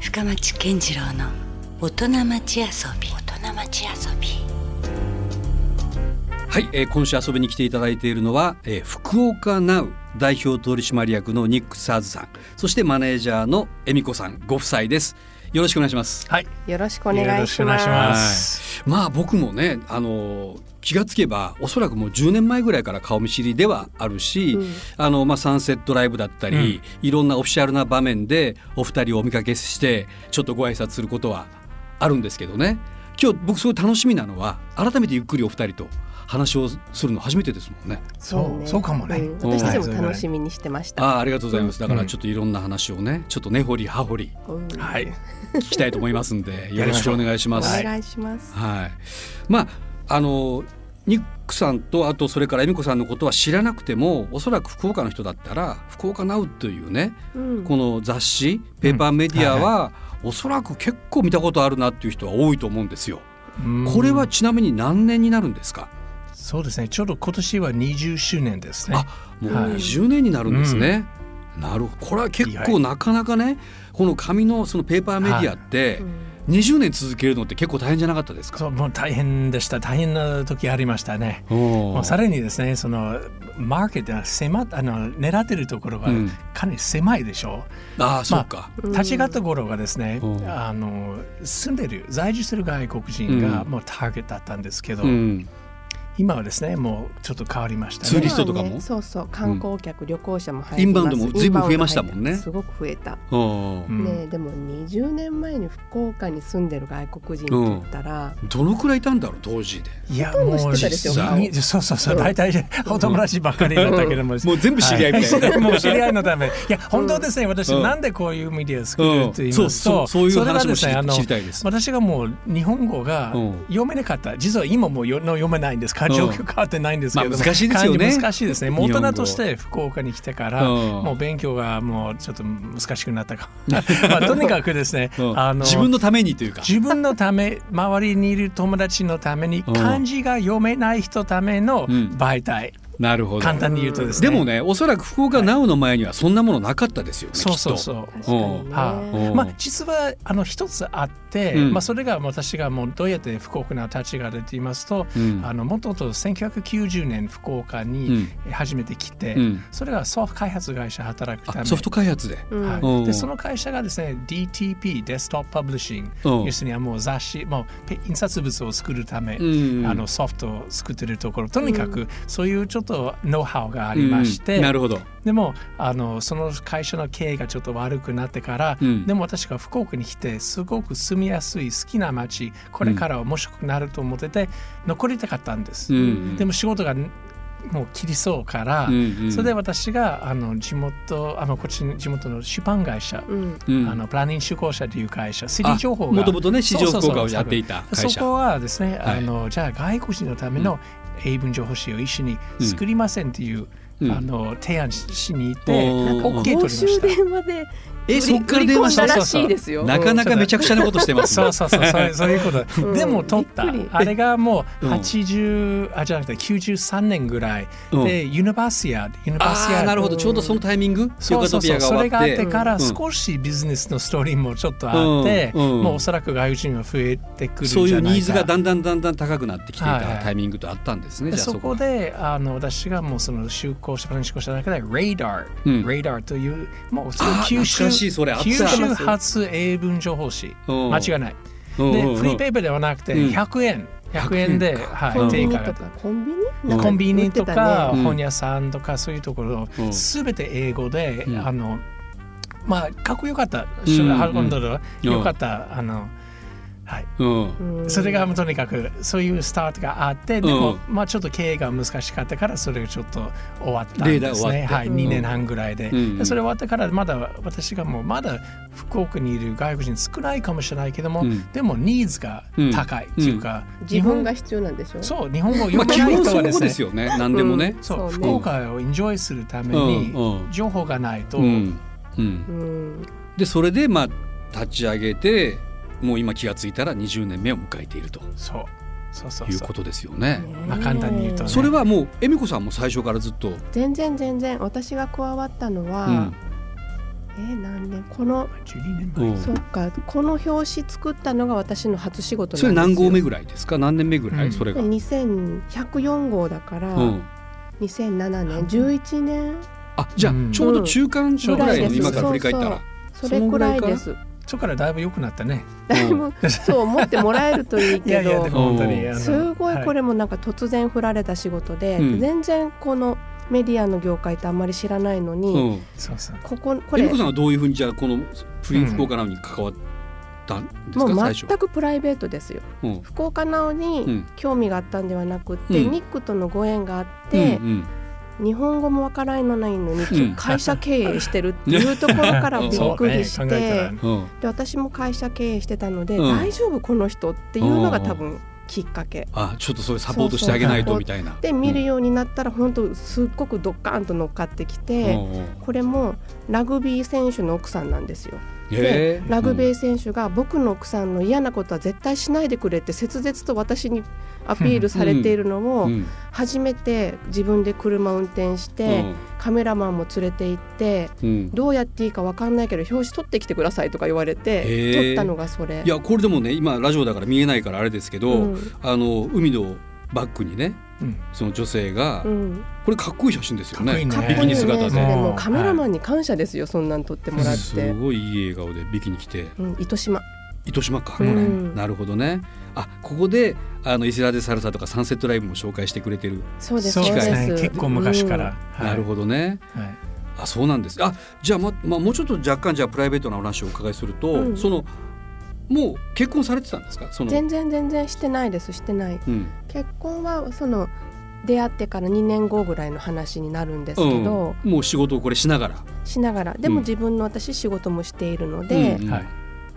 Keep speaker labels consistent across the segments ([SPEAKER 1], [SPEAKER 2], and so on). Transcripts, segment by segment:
[SPEAKER 1] 深町健次郎の大人町遊び大人町遊び
[SPEAKER 2] はい、えー今週遊びに来ていただいているのは、えー福岡ナウ代表取締役のニック・サーズさんそしてマネージャーの恵美子さんご夫妻ですよろしくお願いします
[SPEAKER 3] はい、
[SPEAKER 4] よろしくお願いします。
[SPEAKER 3] す。
[SPEAKER 2] まあ僕もねあの気がつけばおそらくもう10年前ぐらいから顔見知りではあるし、
[SPEAKER 4] うん
[SPEAKER 2] あのまあ、サンセットライブだったり、いろんなオフィシャルな場面でお二人をお見かけしてちょっとご挨拶することはあるんですけどね今日僕すごい楽しみなのは改めてゆっくりお二人と話をするの初めてですもんね。
[SPEAKER 3] そう、
[SPEAKER 4] ね
[SPEAKER 3] そうかもね。
[SPEAKER 4] うん私たちも楽しみにしてました。
[SPEAKER 2] あーありがとうございますだからちょっといろんな話をねちょっと根掘り葉掘り
[SPEAKER 4] うん
[SPEAKER 3] はい、
[SPEAKER 2] 聞きたいと思いますんでよろしくお願いし
[SPEAKER 4] お
[SPEAKER 2] ます。
[SPEAKER 4] 願いします。
[SPEAKER 2] はい、まああのニックさんとあとそれから恵美子さんのことは知らなくてもおそらく福岡の人だったら「福岡ナウというね
[SPEAKER 4] うん
[SPEAKER 2] この雑誌ペーパーメディアは、
[SPEAKER 3] うん
[SPEAKER 2] おそらく結構見たことあるなっていう人は多いと思うんですよ。
[SPEAKER 3] うん
[SPEAKER 2] これはちなみに何年になるんですか。
[SPEAKER 3] そうですね。ちょうど今年は20周年ですね。
[SPEAKER 2] あもう
[SPEAKER 3] はい
[SPEAKER 2] 20年になるんですね。なるほどこれは結
[SPEAKER 3] 意
[SPEAKER 2] 構
[SPEAKER 3] 外
[SPEAKER 2] なかなかねこの紙のそのペーパーメディアって
[SPEAKER 4] うん
[SPEAKER 2] 20年続けるのって結構大変じゃなかったです
[SPEAKER 3] そ
[SPEAKER 2] か。
[SPEAKER 3] う、もう大変でした。大変な時ありましたね。
[SPEAKER 2] も
[SPEAKER 3] もうさらにですね、そのマーケットが狭あの狙ってるところが
[SPEAKER 2] うん
[SPEAKER 3] かなり狭いでしょ
[SPEAKER 2] ああそうか。
[SPEAKER 3] う。立ち上がった頃がですね、
[SPEAKER 2] うん
[SPEAKER 3] あの住んでる在住する外国人が
[SPEAKER 2] うん
[SPEAKER 3] もうターゲットだったんですけど、
[SPEAKER 2] うん
[SPEAKER 3] 今はですね、もうちょっと変わりましたね。
[SPEAKER 2] ツーリストとかも
[SPEAKER 4] 今はねそうそう、観光客、旅行者も入ってます
[SPEAKER 2] インバウンドも随分増えましたもんね
[SPEAKER 4] インバウンド入ってすごく増えた。
[SPEAKER 2] うん
[SPEAKER 3] うん
[SPEAKER 4] ね、でも20年前に福岡に住んでる外国人って言ったら、
[SPEAKER 2] どのくらいいたんだろう当時で
[SPEAKER 3] いや
[SPEAKER 4] ほとんど
[SPEAKER 3] もう
[SPEAKER 4] 知ってたです
[SPEAKER 2] よ
[SPEAKER 3] 実際にそうそうそう大体お友達ばっかりだったけども、
[SPEAKER 2] もう全部知り合いみたいな、
[SPEAKER 3] はいもう知り合いのためいや本当ですね私
[SPEAKER 2] うん
[SPEAKER 3] なんでこういうメディアを作
[SPEAKER 2] う
[SPEAKER 3] る
[SPEAKER 2] ん
[SPEAKER 3] って言い
[SPEAKER 2] そう
[SPEAKER 3] ます
[SPEAKER 2] そ
[SPEAKER 3] と
[SPEAKER 2] うそういう
[SPEAKER 3] それは
[SPEAKER 2] 話も
[SPEAKER 3] で
[SPEAKER 2] 知
[SPEAKER 3] す
[SPEAKER 2] り
[SPEAKER 3] ねあの
[SPEAKER 2] 知りたいです
[SPEAKER 3] 私がもう日本語が
[SPEAKER 2] うん
[SPEAKER 3] 読めなかった実は今もよの読めないんですか
[SPEAKER 2] うん
[SPEAKER 3] 状況変わってないんですけれども
[SPEAKER 2] まあ難しいですよね
[SPEAKER 3] 漢字難しいですねもう
[SPEAKER 2] 日本
[SPEAKER 3] 大
[SPEAKER 2] 語
[SPEAKER 3] 人として福岡に来てから
[SPEAKER 2] うん
[SPEAKER 3] もう勉強がもうちょっと難しくなったか まあとにかくですね
[SPEAKER 2] うん
[SPEAKER 3] あの
[SPEAKER 2] 自分のためにというか
[SPEAKER 3] 自分のため周りにいる友達のために
[SPEAKER 2] うん
[SPEAKER 3] 漢字が読めない人ための
[SPEAKER 2] うん
[SPEAKER 3] 媒体、
[SPEAKER 2] なるほど
[SPEAKER 3] 簡単に言うとですね
[SPEAKER 2] でもねおそらく福岡なおの前にはそんなものなかったですよね
[SPEAKER 3] そうそう
[SPEAKER 2] う
[SPEAKER 3] そう
[SPEAKER 4] 確かにね。
[SPEAKER 3] は
[SPEAKER 2] うん
[SPEAKER 3] まあ実はあの一つあって、
[SPEAKER 2] うん
[SPEAKER 3] まあそれが私がもうどうやって福岡の立ち上がるって言いますと、
[SPEAKER 2] うん
[SPEAKER 3] あのもともと1990年福岡
[SPEAKER 2] う
[SPEAKER 3] に
[SPEAKER 2] ん
[SPEAKER 3] 初めて来て、
[SPEAKER 2] うん
[SPEAKER 3] それがソフト開発会社働くた
[SPEAKER 2] あ
[SPEAKER 3] め
[SPEAKER 2] ソフト開発で
[SPEAKER 4] うん
[SPEAKER 3] はい
[SPEAKER 2] うん
[SPEAKER 3] でその会社がですね DTP デスクトップパブリッシング、
[SPEAKER 2] うん
[SPEAKER 3] 要するにはもう雑誌もうペ印刷物を作るため、
[SPEAKER 2] うん
[SPEAKER 3] あのソフトを作ってるところとにかくそういうちょっとノウハウがありまして、
[SPEAKER 2] うんなるほど
[SPEAKER 3] でもあのその会社の経営がちょっと悪くなってから、
[SPEAKER 2] うん
[SPEAKER 3] でも私が福岡に来てすごく住みやすい好きな街これから面白くなると思ってて残りたかったんです、
[SPEAKER 2] うん
[SPEAKER 3] でも仕事がもう切りそうから、
[SPEAKER 2] うんうん
[SPEAKER 3] それで私があの地元あのこっちの地元の出版会社、
[SPEAKER 4] うん
[SPEAKER 2] うん
[SPEAKER 3] あのプランニング手工社という会社、
[SPEAKER 2] あ
[SPEAKER 3] CD 情報が
[SPEAKER 2] もともとね市場
[SPEAKER 3] そう
[SPEAKER 2] 福
[SPEAKER 3] そう
[SPEAKER 2] 岡
[SPEAKER 3] そう
[SPEAKER 2] をやっていた会
[SPEAKER 3] そ
[SPEAKER 2] 社
[SPEAKER 3] こはですね、
[SPEAKER 2] はい
[SPEAKER 3] あのじゃあ外国人のための英文情報誌を一緒に作りませんっていう、
[SPEAKER 2] うん
[SPEAKER 3] あの提案ししに行って、
[SPEAKER 2] おー
[SPEAKER 3] なんか OK 取り
[SPEAKER 4] 公
[SPEAKER 3] ま
[SPEAKER 4] 衆
[SPEAKER 3] した。
[SPEAKER 4] 電話で
[SPEAKER 2] えそっから電話し
[SPEAKER 4] 売
[SPEAKER 2] た
[SPEAKER 4] り込んだらしいですよ。
[SPEAKER 2] なかなかめちゃくちゃなことしてます
[SPEAKER 3] そ
[SPEAKER 2] ね
[SPEAKER 3] うそうそうそういうそうい うこと、
[SPEAKER 4] うん
[SPEAKER 3] でも取った
[SPEAKER 4] びっくり
[SPEAKER 3] あれがもう
[SPEAKER 2] うん
[SPEAKER 3] 80、あじゃなくて93年ぐらい
[SPEAKER 2] うん
[SPEAKER 3] で、ユニバーシアユニバーシ
[SPEAKER 2] ああ
[SPEAKER 3] ア
[SPEAKER 2] なるほどちょうどそのタイミングヨ
[SPEAKER 3] そう
[SPEAKER 2] ガ
[SPEAKER 3] そ
[SPEAKER 2] ト
[SPEAKER 3] う
[SPEAKER 2] ピ
[SPEAKER 3] そ
[SPEAKER 2] ア
[SPEAKER 3] う
[SPEAKER 2] が
[SPEAKER 3] それ
[SPEAKER 2] 終
[SPEAKER 3] が
[SPEAKER 2] わ
[SPEAKER 3] あ
[SPEAKER 2] っ
[SPEAKER 3] っててから
[SPEAKER 2] うん
[SPEAKER 3] 少しビジネスのストーリーもちょっとあって、
[SPEAKER 2] うんうん
[SPEAKER 3] もうおそらく外国人が増えてくるんじゃ
[SPEAKER 2] そ
[SPEAKER 3] な
[SPEAKER 2] う
[SPEAKER 3] いか
[SPEAKER 2] いうニーズがだんだんだんだん高くなってきてい
[SPEAKER 3] はいは
[SPEAKER 2] た
[SPEAKER 3] い
[SPEAKER 2] タイミングとあったんですね。
[SPEAKER 3] で
[SPEAKER 2] じゃあ
[SPEAKER 3] そこであの私がもうその就航者プラン就航者の中で Radar、
[SPEAKER 2] うん
[SPEAKER 3] Radar というもうそ
[SPEAKER 2] あ
[SPEAKER 3] の
[SPEAKER 2] ー
[SPEAKER 3] 九
[SPEAKER 2] 懐
[SPEAKER 3] 州
[SPEAKER 2] かしいそれあった
[SPEAKER 3] 九州発英文情報誌
[SPEAKER 2] うん
[SPEAKER 3] 間違いない
[SPEAKER 2] うんうんう
[SPEAKER 3] で
[SPEAKER 2] ん
[SPEAKER 3] フリーペーパーではなくて
[SPEAKER 2] うん
[SPEAKER 3] 100円100円で、は
[SPEAKER 2] う
[SPEAKER 3] い
[SPEAKER 2] ん
[SPEAKER 4] コン
[SPEAKER 3] 定
[SPEAKER 4] ビニ
[SPEAKER 3] 価
[SPEAKER 4] と
[SPEAKER 3] が
[SPEAKER 4] かコンビニなん
[SPEAKER 3] コンビ
[SPEAKER 4] 売
[SPEAKER 3] ニ
[SPEAKER 4] って
[SPEAKER 3] と
[SPEAKER 4] た
[SPEAKER 3] か
[SPEAKER 2] うん
[SPEAKER 3] 本屋さんとかそういうところ
[SPEAKER 2] うん
[SPEAKER 3] すべて英語で、
[SPEAKER 2] うん
[SPEAKER 3] あのまあかっこよかった、
[SPEAKER 2] うんうん
[SPEAKER 3] 運んだらよかったあのはい
[SPEAKER 2] うん
[SPEAKER 4] うん
[SPEAKER 3] それがとにかくそういうスタートがあってでも、
[SPEAKER 2] う
[SPEAKER 3] まあちょっと経営が難しかったからそれがちょっと終わったん
[SPEAKER 2] レーダー終
[SPEAKER 3] です
[SPEAKER 2] わっ
[SPEAKER 3] ね
[SPEAKER 2] て
[SPEAKER 3] はい、
[SPEAKER 4] うん
[SPEAKER 3] 2年半ぐらいで,、
[SPEAKER 2] うん
[SPEAKER 3] でそれ終わったからまだ私がもうまだ福岡にいる外国人少ないかもしれないけども、
[SPEAKER 2] うん
[SPEAKER 3] でもニーズが高いっていうか、
[SPEAKER 4] 自分が必要なんでしょ。
[SPEAKER 3] そう日本語を
[SPEAKER 2] まあ
[SPEAKER 3] 読め
[SPEAKER 2] 基
[SPEAKER 3] ない
[SPEAKER 2] 本
[SPEAKER 3] 人
[SPEAKER 2] そ
[SPEAKER 3] は
[SPEAKER 2] う
[SPEAKER 3] ですね、
[SPEAKER 2] ですよね。何でもね。
[SPEAKER 3] そう
[SPEAKER 4] そうね
[SPEAKER 3] 福岡をエンジョイするため
[SPEAKER 2] うんう
[SPEAKER 3] に
[SPEAKER 2] ん
[SPEAKER 3] 情報がないと、
[SPEAKER 2] うんうん
[SPEAKER 4] うん。
[SPEAKER 2] でそれでまあ立ち上げてもう今気がついたら20年目を迎えていると
[SPEAKER 3] そうそうそう
[SPEAKER 2] いう
[SPEAKER 3] そう
[SPEAKER 2] ことですよね。
[SPEAKER 3] まあ簡単に言うとね
[SPEAKER 2] それはもう恵美子さんも最初からずっと。
[SPEAKER 4] 全然全然私が加わったのは、
[SPEAKER 2] うん
[SPEAKER 4] えー何年この
[SPEAKER 3] 12年
[SPEAKER 2] う
[SPEAKER 3] 前
[SPEAKER 2] ん
[SPEAKER 4] そっかこの表紙作ったのが私の初仕事
[SPEAKER 2] そ
[SPEAKER 4] な
[SPEAKER 2] れ
[SPEAKER 4] んですよ
[SPEAKER 2] 何号目ぐらいですか何年目ぐらい、
[SPEAKER 3] うん
[SPEAKER 2] それが、うん
[SPEAKER 4] 2104号だから、2007年11年
[SPEAKER 2] あじゃあ
[SPEAKER 3] うん
[SPEAKER 2] ちょうど中間ぐらいの
[SPEAKER 3] うん
[SPEAKER 2] 今から振り返ったら、
[SPEAKER 4] それくらいです
[SPEAKER 3] そこからだいぶ良くなったね
[SPEAKER 4] だいぶそう思ってもらえるといい
[SPEAKER 3] い
[SPEAKER 4] け
[SPEAKER 3] やいや
[SPEAKER 4] ど
[SPEAKER 3] でも本当
[SPEAKER 2] う
[SPEAKER 3] に
[SPEAKER 2] ん
[SPEAKER 3] あの
[SPEAKER 4] すごいこ
[SPEAKER 3] は
[SPEAKER 4] れもなんか突然振られた仕事で、
[SPEAKER 2] うん
[SPEAKER 4] 全然このメディアの業界ってあんまり知らないのに、
[SPEAKER 2] うん
[SPEAKER 3] そうそう
[SPEAKER 4] こここ
[SPEAKER 2] えみ
[SPEAKER 4] れ
[SPEAKER 2] こさんはどういうふうにじゃあこのプリン福岡なのに関わったんですか、
[SPEAKER 4] もう
[SPEAKER 2] 最初
[SPEAKER 4] 全くプライベートですよ
[SPEAKER 2] うん
[SPEAKER 4] 福岡なお
[SPEAKER 2] う
[SPEAKER 4] に
[SPEAKER 2] ん
[SPEAKER 4] 興味があったんではなくって、
[SPEAKER 2] うん
[SPEAKER 4] ニックとのご縁があっ
[SPEAKER 2] うんう
[SPEAKER 4] て、
[SPEAKER 2] ん
[SPEAKER 4] 日本語もわからないのに、
[SPEAKER 2] ん
[SPEAKER 4] 会社経営してるっていうところからびっくりし
[SPEAKER 3] そ
[SPEAKER 4] て、
[SPEAKER 3] うね考えたら
[SPEAKER 2] うん
[SPEAKER 4] で私も会社経営してたので、
[SPEAKER 2] うん
[SPEAKER 4] 大丈夫この人っていうのが多分きっかけ。
[SPEAKER 2] あちょっとそれサポートしてあげないとみたいな。
[SPEAKER 4] で見るようになったら本当すっごくドッカーンと乗っかってき
[SPEAKER 2] うん
[SPEAKER 4] て、
[SPEAKER 2] うんうん
[SPEAKER 4] これもラグビー選手の奥さんなんですよ
[SPEAKER 2] へえ
[SPEAKER 4] ラグビー選手が僕の奥さんの嫌なことは絶対しないでくれって切々と私にアピールされているの
[SPEAKER 2] う
[SPEAKER 4] を
[SPEAKER 2] ん
[SPEAKER 4] 初めて自分で車運転してカメラマンも連れて行って
[SPEAKER 2] うんうん
[SPEAKER 4] どうやっていいか分かんないけど表紙取ってきてくださいとか言われ
[SPEAKER 2] へ
[SPEAKER 4] て
[SPEAKER 2] え
[SPEAKER 4] 撮ったのがそれ。
[SPEAKER 2] いやこれでもね今ラジオだから見えないからあれですけど、
[SPEAKER 4] うん
[SPEAKER 2] あの海のバックにね
[SPEAKER 3] うん
[SPEAKER 2] その女性が、
[SPEAKER 4] うんこ
[SPEAKER 2] これかっこいい写真ですよね
[SPEAKER 3] かっこい
[SPEAKER 2] ビ
[SPEAKER 3] いね
[SPEAKER 2] キ
[SPEAKER 4] こに
[SPEAKER 2] ニ
[SPEAKER 4] ねそれ
[SPEAKER 2] 姿で、
[SPEAKER 4] でもカメラマンに感謝ですよそんなん撮ってもらっ
[SPEAKER 2] す
[SPEAKER 4] て。
[SPEAKER 2] ごいいい笑顔でビキニ着て
[SPEAKER 4] うん、糸島
[SPEAKER 2] 糸島か、
[SPEAKER 4] うん
[SPEAKER 2] なるほどねあここであの伊勢ラでサルサとかサンセットライブも紹介してくれてる、
[SPEAKER 4] そうです
[SPEAKER 3] そうです
[SPEAKER 4] そう
[SPEAKER 3] ね
[SPEAKER 4] です
[SPEAKER 3] 結構昔から、
[SPEAKER 4] う
[SPEAKER 3] は
[SPEAKER 4] ん
[SPEAKER 3] い
[SPEAKER 2] なるほどね
[SPEAKER 3] はい
[SPEAKER 2] あそうなんですあじゃあ、ままあ、もうちょっと若干じゃあプライベートなお話をお伺いすると、
[SPEAKER 4] うん
[SPEAKER 2] そのもう結婚されてたんですかその
[SPEAKER 4] 全然全然してないですしてない
[SPEAKER 2] うん
[SPEAKER 4] 結婚はその出会ってから2年後ぐらいの話になるんですけど、
[SPEAKER 2] うんもう仕事をこれしながら
[SPEAKER 4] しながらで
[SPEAKER 2] うん
[SPEAKER 4] も自分の私仕事もしているので、
[SPEAKER 2] うんうん
[SPEAKER 3] はい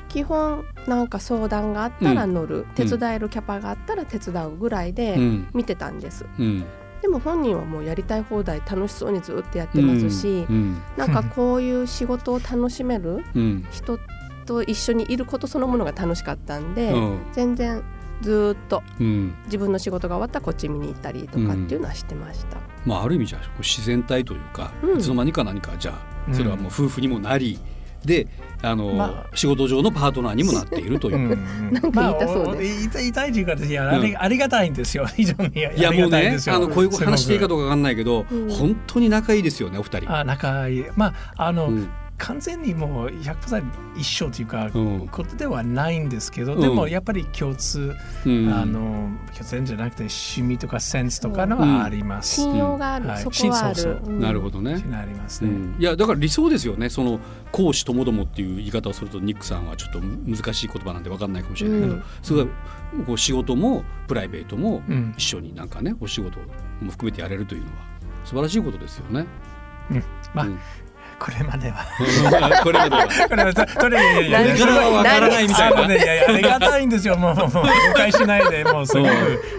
[SPEAKER 4] 基本なんか相談があったら乗る、手伝えるキャパがあったら手伝うぐらいで
[SPEAKER 2] うん
[SPEAKER 4] 見てたんです、
[SPEAKER 2] うん
[SPEAKER 4] でも本人はもうやりたい放題楽しそうにずっとやってますし、
[SPEAKER 2] うん
[SPEAKER 4] なんかこういう仕事を楽しめる
[SPEAKER 2] うん
[SPEAKER 4] 人と一緒にいることそのものが楽しかったんで、
[SPEAKER 2] うん
[SPEAKER 4] 全然ずーっと
[SPEAKER 2] うん
[SPEAKER 4] 自分の仕事が終わったらこっち見に行ったりとかっていうのはしてました。
[SPEAKER 2] まあある意味じゃこう自然体というか、
[SPEAKER 4] うん
[SPEAKER 2] いつの間にか何かじゃあそれはもう夫婦にもなり、であの、
[SPEAKER 3] ま
[SPEAKER 2] 仕事上のパートナーにもなっているという。
[SPEAKER 3] なん
[SPEAKER 4] か言いたそうで
[SPEAKER 3] 痛い痛いという形いやあり,、
[SPEAKER 2] うん
[SPEAKER 3] ありがたいんですよ。非常に
[SPEAKER 2] いや
[SPEAKER 3] あり
[SPEAKER 2] もう
[SPEAKER 3] がたいん
[SPEAKER 2] ね
[SPEAKER 3] ですよ。
[SPEAKER 2] あのこういう話していいかど
[SPEAKER 3] と。
[SPEAKER 2] うかわかんないけど、
[SPEAKER 4] うん
[SPEAKER 2] 本当に仲いいですよねお二人。
[SPEAKER 3] あ仲いいまああの、
[SPEAKER 2] うん
[SPEAKER 3] 完全にもう100%一緒というか、
[SPEAKER 2] うん
[SPEAKER 3] ことではないんですけど、
[SPEAKER 2] うん
[SPEAKER 3] でもやっぱり共通、
[SPEAKER 2] うん
[SPEAKER 3] あの共通じゃなくて趣味とかセンスとかの
[SPEAKER 2] うん
[SPEAKER 3] はあります。
[SPEAKER 4] 信用がある、
[SPEAKER 3] はい
[SPEAKER 4] そこはある。
[SPEAKER 3] そうそう
[SPEAKER 4] うん
[SPEAKER 2] なるほどね。
[SPEAKER 3] あります
[SPEAKER 2] う
[SPEAKER 3] ね。
[SPEAKER 2] んいやだから理想ですよねその公私ともどもっていう言い方をするとニックさんはちょっと難しい言葉なんでわかんないかもしれないけど、
[SPEAKER 4] うん
[SPEAKER 2] すごいこう仕事もプライベートも
[SPEAKER 3] うん
[SPEAKER 2] 一緒になんかねお仕事も含めてやれるというのは素晴らしいことですよね。
[SPEAKER 3] まあ、
[SPEAKER 2] うん
[SPEAKER 3] これまでは。
[SPEAKER 2] これまでは
[SPEAKER 3] これはととりあえずいやいや
[SPEAKER 2] これからはわからないみたい
[SPEAKER 3] あの
[SPEAKER 2] な。
[SPEAKER 3] ね、いやいやありがたいんですよ。もうもうもう誤解しない で、もうすごく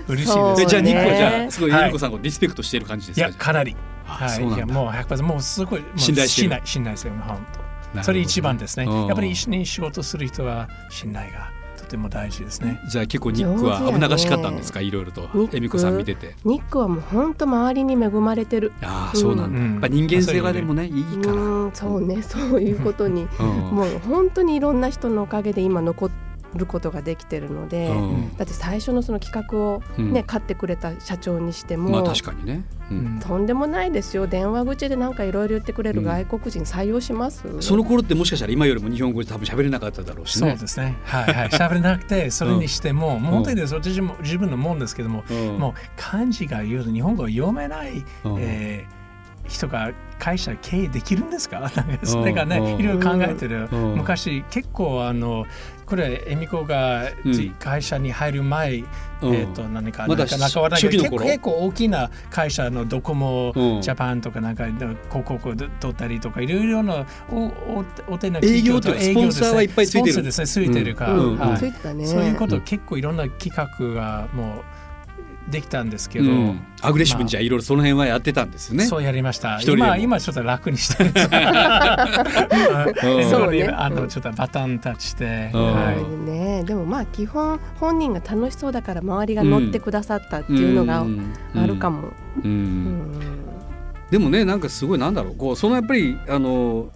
[SPEAKER 3] 嬉しい
[SPEAKER 4] そう
[SPEAKER 3] で
[SPEAKER 2] え
[SPEAKER 3] す。
[SPEAKER 2] じゃあニックは
[SPEAKER 4] ね
[SPEAKER 2] じゃあすごい
[SPEAKER 3] はい
[SPEAKER 2] ニッコさんをリスペクトしている感じで
[SPEAKER 3] い
[SPEAKER 2] すか。
[SPEAKER 3] やかなり。
[SPEAKER 2] あ
[SPEAKER 3] は
[SPEAKER 2] そう
[SPEAKER 3] い。い
[SPEAKER 2] なん
[SPEAKER 3] や
[SPEAKER 2] だ。
[SPEAKER 3] もう100%もうすごいもう
[SPEAKER 2] 信頼してる
[SPEAKER 3] 信頼信頼性も本
[SPEAKER 2] ほど
[SPEAKER 3] 当。それ一番ですね。
[SPEAKER 2] うん
[SPEAKER 3] やっぱり一緒に仕事する人は信頼がとても大事ですね。
[SPEAKER 2] じゃあ結構ニックは危ながしかったんですか、いろいろと
[SPEAKER 4] ニック
[SPEAKER 2] 恵美子さん見てて。
[SPEAKER 4] ニックはもう本当周りに恵まれてる。
[SPEAKER 2] ああそうなんだ、
[SPEAKER 3] うん
[SPEAKER 2] やっぱ人間性がでもねいいから、
[SPEAKER 4] う
[SPEAKER 2] うん
[SPEAKER 4] ん、そうね、そういうことに、
[SPEAKER 2] うん
[SPEAKER 4] もう本当にいろんな人のおかげで今残ることができてるので。だって最初のその企画をね、
[SPEAKER 2] うん
[SPEAKER 4] 買ってくれた社長にしても、
[SPEAKER 2] まあ確かにね、う
[SPEAKER 3] うんん
[SPEAKER 4] とんでもないですよ電話口でなんかいろいろ言ってくれる外国人採用します、
[SPEAKER 2] その頃ってもしかしたら今よりも日本語で多分喋れなかっただろうし
[SPEAKER 3] そう
[SPEAKER 2] ね。
[SPEAKER 3] ですね。はいはい。喋れなくてそれにしても、もう本当にです。私も自分のもんですけども、
[SPEAKER 2] うん
[SPEAKER 3] もう漢字が言うと日本語を読めない、
[SPEAKER 2] うん
[SPEAKER 3] えー人が会社経営できるんですか なんかそれがね、
[SPEAKER 2] うん
[SPEAKER 3] いろいろ考えてる、
[SPEAKER 2] うん
[SPEAKER 3] 昔結構あのこれ恵美子が
[SPEAKER 2] うん
[SPEAKER 3] じ会社に入る前、
[SPEAKER 2] うん
[SPEAKER 3] えー、と何か
[SPEAKER 2] まだ
[SPEAKER 3] なんか仲はないけ
[SPEAKER 2] 初期
[SPEAKER 3] ど
[SPEAKER 2] の
[SPEAKER 3] 結構
[SPEAKER 2] 頃
[SPEAKER 3] 結構大きな会社のドコモ、
[SPEAKER 2] うん
[SPEAKER 3] ジャパンとかなんか広告を取ったりとかいろいろなおおお手の
[SPEAKER 2] 営業というか
[SPEAKER 3] 企業と営
[SPEAKER 2] ス
[SPEAKER 3] 業
[SPEAKER 2] ポンサーはいっぱいついてる
[SPEAKER 3] スポンサーですねついてるから、
[SPEAKER 2] うんうん
[SPEAKER 3] はい
[SPEAKER 4] ついてたね
[SPEAKER 3] そういうこと結構いろんな企画がもうできたんですけど、
[SPEAKER 2] うんアグレッシブにじゃあいろいろその辺はやってたんですよね。
[SPEAKER 3] そうやりました
[SPEAKER 2] 一人でも
[SPEAKER 3] 今今ちょっと楽に してる うん
[SPEAKER 4] そうね
[SPEAKER 3] あのちょっとバタンタッチして、
[SPEAKER 2] うん
[SPEAKER 3] はい
[SPEAKER 4] ね、でもまあ基本本人が楽しそうだから周りが乗ってくださったっていうのが
[SPEAKER 2] ん
[SPEAKER 4] あるか。も、
[SPEAKER 2] うん
[SPEAKER 4] うん
[SPEAKER 2] でもねなんかすごいなんだろうこうそのやっぱりあの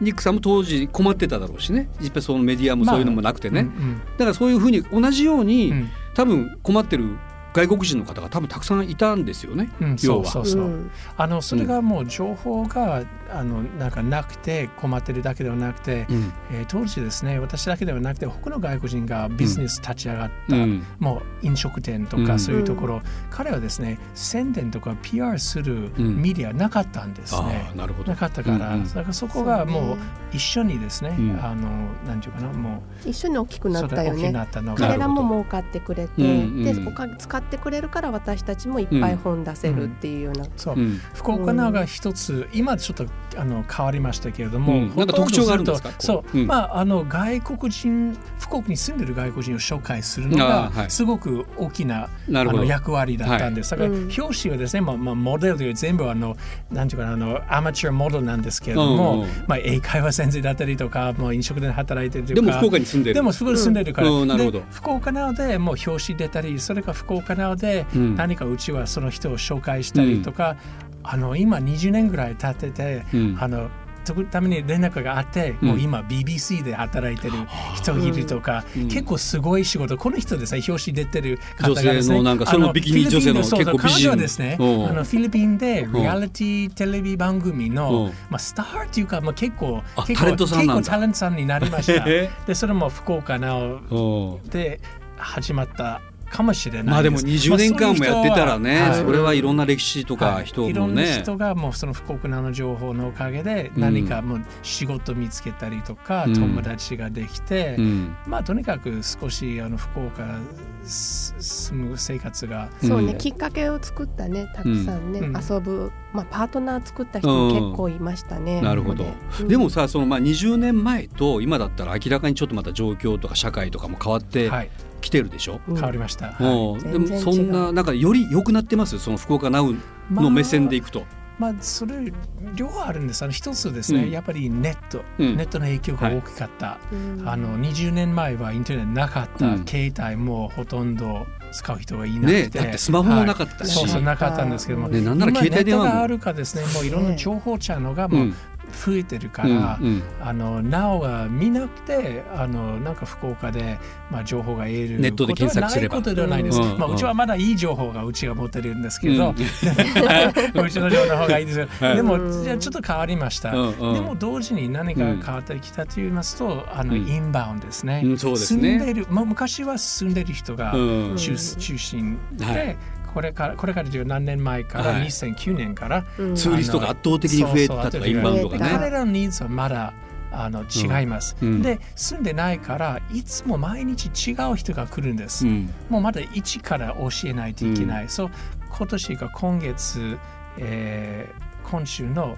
[SPEAKER 2] ニックさんも当時困ってただろうしねやっぱりそのメディアもそういうのもなくてね、
[SPEAKER 3] うん
[SPEAKER 2] だからそういうふうに同じよう
[SPEAKER 3] う
[SPEAKER 2] に、
[SPEAKER 3] ん
[SPEAKER 2] 多分困ってる外国人の方が多分たくさんいたんですよね。
[SPEAKER 3] うんうん
[SPEAKER 2] 要
[SPEAKER 3] そ
[SPEAKER 2] は
[SPEAKER 3] うそうそう、
[SPEAKER 4] ん
[SPEAKER 3] あのそれがもう情報があのなんかなくて困ってるだけではなくて、
[SPEAKER 2] うん
[SPEAKER 3] えー当時ですね私だけではなくて他の外国人がビジネス立ち上がった、
[SPEAKER 2] うん
[SPEAKER 3] もう飲食店と
[SPEAKER 2] う
[SPEAKER 3] か
[SPEAKER 2] ん
[SPEAKER 3] そういうところ、彼はですね宣伝とか PR する
[SPEAKER 2] うん
[SPEAKER 3] メディアなかったんです
[SPEAKER 2] あ
[SPEAKER 3] ね
[SPEAKER 2] あ、なるほど
[SPEAKER 3] な。かったから、
[SPEAKER 2] うんうん
[SPEAKER 3] だからそこがも
[SPEAKER 4] そ
[SPEAKER 3] う
[SPEAKER 4] うね
[SPEAKER 3] 一緒にですね、
[SPEAKER 2] うん
[SPEAKER 3] あのなんていうかなも
[SPEAKER 4] 一緒に大きく
[SPEAKER 3] う
[SPEAKER 4] な
[SPEAKER 3] そ
[SPEAKER 4] っ
[SPEAKER 3] れ
[SPEAKER 4] た
[SPEAKER 3] が
[SPEAKER 4] よ
[SPEAKER 3] 大きく
[SPEAKER 4] ね
[SPEAKER 3] なったの
[SPEAKER 2] な
[SPEAKER 4] 彼
[SPEAKER 2] るほど
[SPEAKER 3] が
[SPEAKER 4] らも儲かってくれて、
[SPEAKER 2] うんうん
[SPEAKER 4] でお金使ってくれるから私たちもいっぱい本出せるっていうような、
[SPEAKER 3] そう
[SPEAKER 2] うん
[SPEAKER 3] 福岡なが一つ今ちょっとあの変わりましたけれども、
[SPEAKER 2] うんなんか特徴があるんですか
[SPEAKER 3] ほとどずっと
[SPEAKER 2] こ
[SPEAKER 3] そうう、
[SPEAKER 2] うん
[SPEAKER 3] まああの外国人福岡に住んでる外国人を紹介するの
[SPEAKER 2] あーはい
[SPEAKER 3] がすごく大きな
[SPEAKER 2] なる
[SPEAKER 3] あ
[SPEAKER 2] ほ
[SPEAKER 3] の
[SPEAKER 2] ど。
[SPEAKER 3] 役割だったんです。だから
[SPEAKER 4] うん
[SPEAKER 3] 表紙はですね、まあまあ、モデルという全部あのなんていうかなあのアマチュアモデルなんですけれども、
[SPEAKER 2] うんうん
[SPEAKER 3] まあ、英会話先生だったりとかもう飲食店で働いてると
[SPEAKER 2] で
[SPEAKER 3] か
[SPEAKER 2] も福岡に住んでる。
[SPEAKER 3] でもすごい住んでるから、
[SPEAKER 2] うんうんなるほど
[SPEAKER 3] で福岡なのでもう表紙出たりそれから福岡なので
[SPEAKER 2] うん
[SPEAKER 3] 何かうちはその人を紹介したりとか、あの今20年ぐらい経ってて、
[SPEAKER 2] うん
[SPEAKER 3] あの特ために連絡があって、
[SPEAKER 2] うん
[SPEAKER 3] もう今 BBC で働いてる人いるとか、
[SPEAKER 2] うん
[SPEAKER 3] 結構すごい仕事この人ですね表紙出てる方
[SPEAKER 2] 女
[SPEAKER 3] がです
[SPEAKER 2] 性
[SPEAKER 3] ね
[SPEAKER 2] のなんかその
[SPEAKER 3] あ
[SPEAKER 2] ビキニ女性の
[SPEAKER 3] フィリピ
[SPEAKER 2] 結構
[SPEAKER 3] ンでそうそう
[SPEAKER 2] 美人
[SPEAKER 3] 彼女はですねあ
[SPEAKER 2] うん
[SPEAKER 3] のフィリピンでリアリティテレビ番組
[SPEAKER 2] うん
[SPEAKER 3] の、まあ、スターっていうか、まあ、結構
[SPEAKER 2] あ
[SPEAKER 3] 結構
[SPEAKER 2] タレントさんなんだ
[SPEAKER 3] 結構タレントさんになりました
[SPEAKER 2] へへ
[SPEAKER 3] でそれも福岡なお
[SPEAKER 2] おう
[SPEAKER 3] で始まったかもしれない
[SPEAKER 2] まあでも20年間もやってたらね、
[SPEAKER 3] まあそういう人は
[SPEAKER 2] それはいろんな歴史と
[SPEAKER 3] は
[SPEAKER 2] か
[SPEAKER 3] い
[SPEAKER 2] 人
[SPEAKER 3] いろ
[SPEAKER 2] も
[SPEAKER 3] んな
[SPEAKER 2] ね。
[SPEAKER 3] 人がもうその福岡の情報のおかげで
[SPEAKER 2] うん
[SPEAKER 3] 何かもう仕事見つけたりとか、
[SPEAKER 2] うん
[SPEAKER 3] 友達ができて、
[SPEAKER 2] うん
[SPEAKER 3] まあとにかく少しあの福岡す住む生活が
[SPEAKER 4] そうね、
[SPEAKER 2] うん
[SPEAKER 4] きっかけを作ったねたくさんね、
[SPEAKER 3] うん
[SPEAKER 4] 遊ぶ、まあ、パートナー作った人も結構いましたね。
[SPEAKER 2] なるほど
[SPEAKER 4] ここで
[SPEAKER 2] でも、さそのまあ20年前と今だったら明らかにちょっとまた状況とか社会とかも変わって
[SPEAKER 3] はい、
[SPEAKER 2] きてるでしょ、
[SPEAKER 4] うん
[SPEAKER 3] 変わりました。はい
[SPEAKER 2] おうでも
[SPEAKER 4] 全然違う
[SPEAKER 2] そんななんかより良くなってますその福岡ナウの目線でいくと、
[SPEAKER 3] まあそれ両方あるんですあの一つですね、
[SPEAKER 2] うん
[SPEAKER 3] やっぱりネット、
[SPEAKER 2] うん
[SPEAKER 3] ネットの影響が大きかった、
[SPEAKER 4] うん
[SPEAKER 3] あの20年前はインターネットなかった、
[SPEAKER 2] うん
[SPEAKER 3] 携帯もほとんど使う人がいなくて、
[SPEAKER 2] ねだってスマホもなかった
[SPEAKER 3] はい
[SPEAKER 2] し、
[SPEAKER 3] そうそうなかったんですけども、
[SPEAKER 2] ねなんなら
[SPEAKER 3] 今
[SPEAKER 2] 携帯電話も
[SPEAKER 3] ネットがあるかですねもういろんな情報チャンネルが
[SPEAKER 2] う
[SPEAKER 3] もうん増えてるか
[SPEAKER 2] うん
[SPEAKER 3] ら、
[SPEAKER 2] うん
[SPEAKER 3] あのなおが見なくてあのなんか福岡で、まあ、情報が得る
[SPEAKER 2] ネットで検索すれば
[SPEAKER 3] ことではないことではない
[SPEAKER 2] う
[SPEAKER 3] です、うんまあ、
[SPEAKER 2] うん
[SPEAKER 3] うちはまだいい情報がうちが持ってるんですけ
[SPEAKER 2] う
[SPEAKER 3] ど
[SPEAKER 2] ん、
[SPEAKER 3] うちの情報の方がいいですよ
[SPEAKER 2] はい
[SPEAKER 3] で
[SPEAKER 4] う
[SPEAKER 3] も
[SPEAKER 4] ん
[SPEAKER 3] じゃあちょっと変わりました、
[SPEAKER 2] うんうん
[SPEAKER 3] でも同時に何かが変わってきたと言いますと、あの
[SPEAKER 2] うん
[SPEAKER 3] インバウンドですね,、
[SPEAKER 2] うんそうです
[SPEAKER 3] 住
[SPEAKER 2] ね
[SPEAKER 3] んでる、まあ、昔は住んでる人が
[SPEAKER 2] うん
[SPEAKER 3] 中,、
[SPEAKER 4] うん
[SPEAKER 3] 中心で、
[SPEAKER 2] はい
[SPEAKER 3] これからこれからという何年前から、
[SPEAKER 2] はい
[SPEAKER 3] 2009年から
[SPEAKER 4] うん
[SPEAKER 2] ツーリストが圧倒的に増えたとかインバウンドが
[SPEAKER 4] 増え
[SPEAKER 2] ね
[SPEAKER 3] 彼。らのニーズはまだあの違います、
[SPEAKER 2] うんうん
[SPEAKER 3] で住んでないからいつも毎日違う人が来るんです、
[SPEAKER 2] うん
[SPEAKER 3] もうまだ一から教えないといけない、そう今年が今月、えー今週の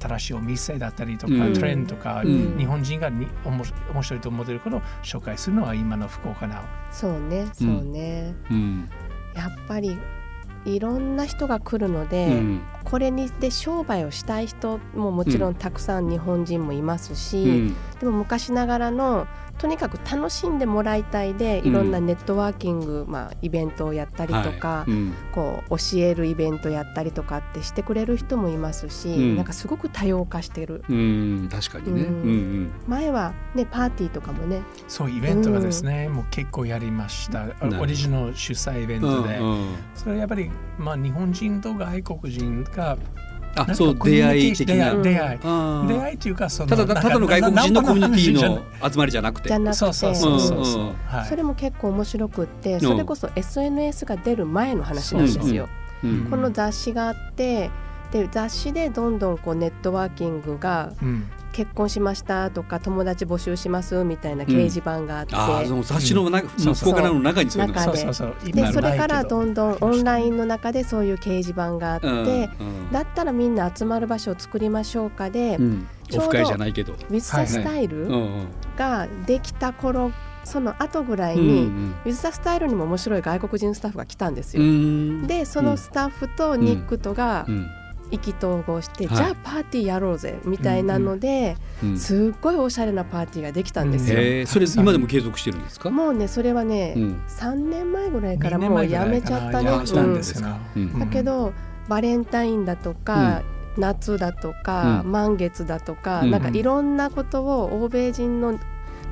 [SPEAKER 3] 新しいお店だったりとか、
[SPEAKER 2] うん
[SPEAKER 3] トレンドとか、
[SPEAKER 2] うん
[SPEAKER 3] 日本人がにおもし面白いと思っていることを紹介するのは今の福岡な
[SPEAKER 4] そうねそうね、
[SPEAKER 2] うん
[SPEAKER 4] やっぱりいろんな人が来るので、
[SPEAKER 2] うん
[SPEAKER 4] これにで商売をしたい人ももちろんたくさん日本人もいますし、
[SPEAKER 2] うん
[SPEAKER 4] でも昔ながらのとにかく楽しんでもらいたいでいろんなネットワーキング、まあ、イベントをやったりとか、
[SPEAKER 2] はいうん
[SPEAKER 4] こう教えるイベントやったりとかってしてくれる人もいますし、
[SPEAKER 2] うん
[SPEAKER 4] なんかすごく多様化してる
[SPEAKER 2] うん確かにね。う
[SPEAKER 4] うんん
[SPEAKER 2] うん
[SPEAKER 4] 前はねパーティーとかもね
[SPEAKER 3] そうイベントがですね、もう結構やりました
[SPEAKER 2] ほど
[SPEAKER 3] オリジナル主催イベン
[SPEAKER 2] うん
[SPEAKER 3] トで、
[SPEAKER 2] うん
[SPEAKER 3] それはやっぱり、まあ、日本人と外国人がなん
[SPEAKER 2] あ
[SPEAKER 3] か
[SPEAKER 2] そう
[SPEAKER 3] コミ
[SPEAKER 2] 出
[SPEAKER 3] ュ
[SPEAKER 2] 会
[SPEAKER 3] ニ
[SPEAKER 2] い
[SPEAKER 3] ケーシ
[SPEAKER 2] 的
[SPEAKER 3] ョン
[SPEAKER 2] な。
[SPEAKER 3] 出会い出会い
[SPEAKER 2] あ
[SPEAKER 3] 出
[SPEAKER 2] ー
[SPEAKER 3] 会いというかその
[SPEAKER 2] ただ
[SPEAKER 3] なんか
[SPEAKER 2] ただの外国人の
[SPEAKER 3] な
[SPEAKER 2] コミュニティ
[SPEAKER 3] ナンパ話じゃない
[SPEAKER 2] の集まりじゃなくて
[SPEAKER 4] じゃ。なくて
[SPEAKER 3] そうそうそうそうそう、
[SPEAKER 2] うんうん
[SPEAKER 3] はい
[SPEAKER 4] それも結構面白くってそれこそ SNS が出る前の話なんですよ。
[SPEAKER 2] うん
[SPEAKER 4] この雑誌があってで雑誌でどんどんこうネットワーキングが
[SPEAKER 3] うん
[SPEAKER 4] 結婚しましたとか友達募集しますみたいな掲示板があって、
[SPEAKER 2] ああその雑誌の中
[SPEAKER 3] うんそう
[SPEAKER 2] 福岡の中にそういうのが
[SPEAKER 4] 中
[SPEAKER 3] そうそうそう
[SPEAKER 4] で
[SPEAKER 3] 今
[SPEAKER 4] それから
[SPEAKER 3] ないけど
[SPEAKER 4] どんどんオンラインの中でそういう掲示板があって、
[SPEAKER 2] うん
[SPEAKER 4] だったらみんな集まる場所を作りましょうかで、
[SPEAKER 2] う
[SPEAKER 4] ウ
[SPEAKER 2] ん
[SPEAKER 4] ち
[SPEAKER 2] オ
[SPEAKER 4] ょうど
[SPEAKER 2] フ会じゃないけど。
[SPEAKER 4] ィズ・ザ・スタイ
[SPEAKER 2] うんう
[SPEAKER 4] ル
[SPEAKER 2] ん
[SPEAKER 4] ができた頃、その後ぐらい
[SPEAKER 2] うん
[SPEAKER 4] に、ウィズ・ザ・スタイルにも面白い外国人スタッフが来たんです
[SPEAKER 2] う
[SPEAKER 4] よ。
[SPEAKER 2] ん。
[SPEAKER 4] でそのスタッフとニックとが
[SPEAKER 2] うん
[SPEAKER 4] 意気投合して、
[SPEAKER 2] はい
[SPEAKER 4] じゃあパーティーやろうぜみたいなので、
[SPEAKER 2] うん
[SPEAKER 4] すっごいおしゃれなパーティーができたんですよ。
[SPEAKER 2] へえそれ今でも継続してるんですか。
[SPEAKER 4] もうねそれはね、
[SPEAKER 2] うん
[SPEAKER 4] 3年前ぐらいから
[SPEAKER 3] 2年
[SPEAKER 4] もう
[SPEAKER 3] 前ぐ
[SPEAKER 4] や
[SPEAKER 3] ら
[SPEAKER 4] め
[SPEAKER 3] いか
[SPEAKER 4] ち
[SPEAKER 3] な
[SPEAKER 4] ゃったね。
[SPEAKER 3] やめちゃった
[SPEAKER 2] うん
[SPEAKER 4] うん
[SPEAKER 3] ですよ
[SPEAKER 2] うん
[SPEAKER 4] だけど、バレンタインだとか、夏だとか、
[SPEAKER 2] う
[SPEAKER 4] 満月だとか、
[SPEAKER 2] うん
[SPEAKER 4] なんかいろんなことを欧米人の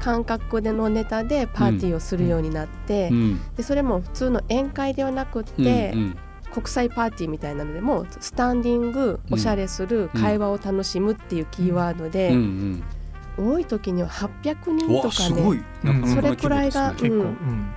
[SPEAKER 4] 感覚でのネタでパーティーをするようになって、
[SPEAKER 2] うん
[SPEAKER 4] でそれも普通の宴会ではなくって、
[SPEAKER 2] うん
[SPEAKER 4] 国際パーティーみたいなのでもうスタンディング
[SPEAKER 2] うん
[SPEAKER 4] おしゃれする
[SPEAKER 2] うん
[SPEAKER 4] 会話を楽しむっていうキーワード
[SPEAKER 2] うんう
[SPEAKER 4] で、
[SPEAKER 2] ん
[SPEAKER 4] 多い時には800
[SPEAKER 2] うん、
[SPEAKER 4] 人
[SPEAKER 2] わ
[SPEAKER 4] と
[SPEAKER 2] あ
[SPEAKER 4] か
[SPEAKER 2] す
[SPEAKER 4] ね
[SPEAKER 2] ごい、なかなかの規模ですね
[SPEAKER 4] それくらいが
[SPEAKER 3] 結構、
[SPEAKER 4] う
[SPEAKER 3] うんん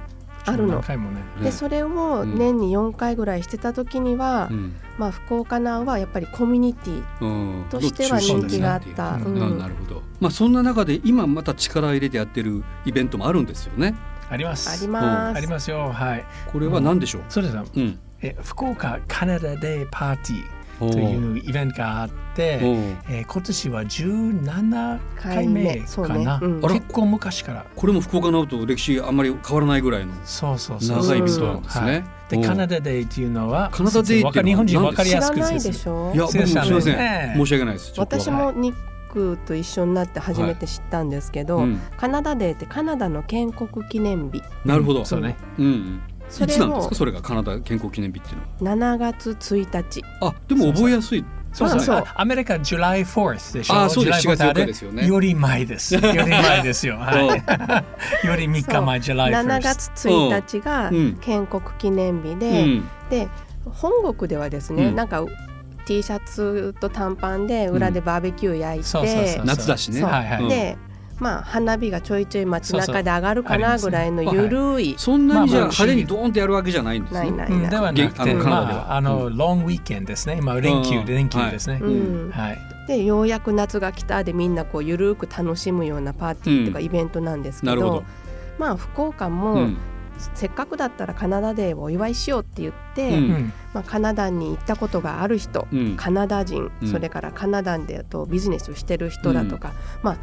[SPEAKER 4] あるの
[SPEAKER 3] 何回もね
[SPEAKER 4] でそれを年に4回ぐらいしてた時には、
[SPEAKER 2] うん
[SPEAKER 4] まあ、福岡南はやっぱりコミュニティ
[SPEAKER 2] うん
[SPEAKER 4] としては人気があっ
[SPEAKER 3] ど
[SPEAKER 4] た。
[SPEAKER 3] っち
[SPEAKER 4] う
[SPEAKER 3] も
[SPEAKER 2] ななんるほど、まあ、そんな中で今また力入れてやってるイベントもあるんですよね
[SPEAKER 3] あります
[SPEAKER 4] あります。
[SPEAKER 3] ありますよはい
[SPEAKER 2] これは何でしょう、
[SPEAKER 3] それでは
[SPEAKER 2] うん
[SPEAKER 3] え福岡カナダデーパーティ
[SPEAKER 2] お
[SPEAKER 3] ーと
[SPEAKER 2] う
[SPEAKER 3] いうイベントがあって、
[SPEAKER 2] おう
[SPEAKER 3] えー今年は17回目
[SPEAKER 4] そう
[SPEAKER 3] か
[SPEAKER 4] ね
[SPEAKER 3] な、
[SPEAKER 4] うん
[SPEAKER 2] あら
[SPEAKER 3] 結構昔から
[SPEAKER 2] これも福岡のと歴史あんまり変わらないぐらいの
[SPEAKER 3] そうそうそう
[SPEAKER 2] 長いイベン
[SPEAKER 3] そ
[SPEAKER 2] ト
[SPEAKER 3] う
[SPEAKER 2] なんですね、
[SPEAKER 3] で
[SPEAKER 2] おう
[SPEAKER 3] カナダデーっていうのは
[SPEAKER 2] カナダデーっていうのは
[SPEAKER 3] 日本人わかり
[SPEAKER 4] 知
[SPEAKER 3] やす
[SPEAKER 4] ら
[SPEAKER 3] く
[SPEAKER 4] ない
[SPEAKER 3] 説
[SPEAKER 4] で
[SPEAKER 3] 明
[SPEAKER 4] しょ
[SPEAKER 2] いや僕もすいません、
[SPEAKER 3] ね
[SPEAKER 2] 申し訳ないですちょっと
[SPEAKER 4] 私もニックと一緒になって初めて知ったんですけど、
[SPEAKER 2] うん
[SPEAKER 4] カナダデーってカナダの建国記念日
[SPEAKER 2] なるほど
[SPEAKER 3] そうね
[SPEAKER 2] うんうん
[SPEAKER 4] そ
[SPEAKER 2] い
[SPEAKER 4] れ
[SPEAKER 2] つなんです
[SPEAKER 4] を
[SPEAKER 2] かそれがカナダ健康記念日っていうの
[SPEAKER 4] 7月1日
[SPEAKER 2] はあでも覚えやすい
[SPEAKER 3] そうそう
[SPEAKER 4] そ
[SPEAKER 3] そ
[SPEAKER 4] う
[SPEAKER 3] うアメリカ July 4th でしょ
[SPEAKER 2] あそうです
[SPEAKER 3] July 4th
[SPEAKER 2] 4月4日
[SPEAKER 3] あれ
[SPEAKER 2] ですよね
[SPEAKER 3] より前 ですより前ですよはい
[SPEAKER 2] おう
[SPEAKER 3] より3日前 July
[SPEAKER 4] 7
[SPEAKER 3] 1st
[SPEAKER 4] 月1日が
[SPEAKER 2] うん
[SPEAKER 4] 建国記念日
[SPEAKER 2] う
[SPEAKER 4] で、
[SPEAKER 2] ん
[SPEAKER 4] で本国ではですね、
[SPEAKER 2] うん
[SPEAKER 4] なんか T シャツと短パンで裏でバーベキュー焼い
[SPEAKER 3] そうそうそ
[SPEAKER 4] て
[SPEAKER 3] う、
[SPEAKER 2] 夏だしね
[SPEAKER 4] そう
[SPEAKER 3] はいはい
[SPEAKER 4] で、まあ、花火がちょいちょい街
[SPEAKER 3] そうそ
[SPEAKER 4] 中
[SPEAKER 3] う
[SPEAKER 4] で上がるか
[SPEAKER 3] あり
[SPEAKER 4] な
[SPEAKER 3] ます
[SPEAKER 4] ぐ
[SPEAKER 3] ね
[SPEAKER 4] らいの
[SPEAKER 3] はい
[SPEAKER 4] ゆるい、
[SPEAKER 2] そんなにじゃあ
[SPEAKER 3] まあまあ
[SPEAKER 2] 派手にドーンってやるわけじゃないんです
[SPEAKER 4] ない
[SPEAKER 2] ね
[SPEAKER 4] な
[SPEAKER 3] う
[SPEAKER 4] い
[SPEAKER 3] ん、
[SPEAKER 4] な。
[SPEAKER 3] ではいなく
[SPEAKER 2] げ
[SPEAKER 3] て
[SPEAKER 2] あのカナダで
[SPEAKER 3] ま
[SPEAKER 2] は
[SPEAKER 3] ああのロングウィーケンですね今連
[SPEAKER 2] うん
[SPEAKER 3] 休連休ですね、
[SPEAKER 2] は
[SPEAKER 4] う
[SPEAKER 2] い
[SPEAKER 4] ん
[SPEAKER 3] はい
[SPEAKER 4] でようやく夏が来たでみんなこうゆるく楽しむようなパーティーとか
[SPEAKER 2] うん
[SPEAKER 4] イベントなんですけ
[SPEAKER 2] な
[SPEAKER 4] ど,、
[SPEAKER 2] るほど、
[SPEAKER 4] まあ福岡
[SPEAKER 2] う
[SPEAKER 4] も
[SPEAKER 2] ん
[SPEAKER 4] せっかくだったらカナダデーをお祝いしようって言って、
[SPEAKER 2] うん
[SPEAKER 3] うん
[SPEAKER 4] まあ、カナダに行ったことがある人、
[SPEAKER 2] うん
[SPEAKER 4] カナダ人、
[SPEAKER 2] うん
[SPEAKER 4] それからカナダでとビジネスをしてる人だとか、まあ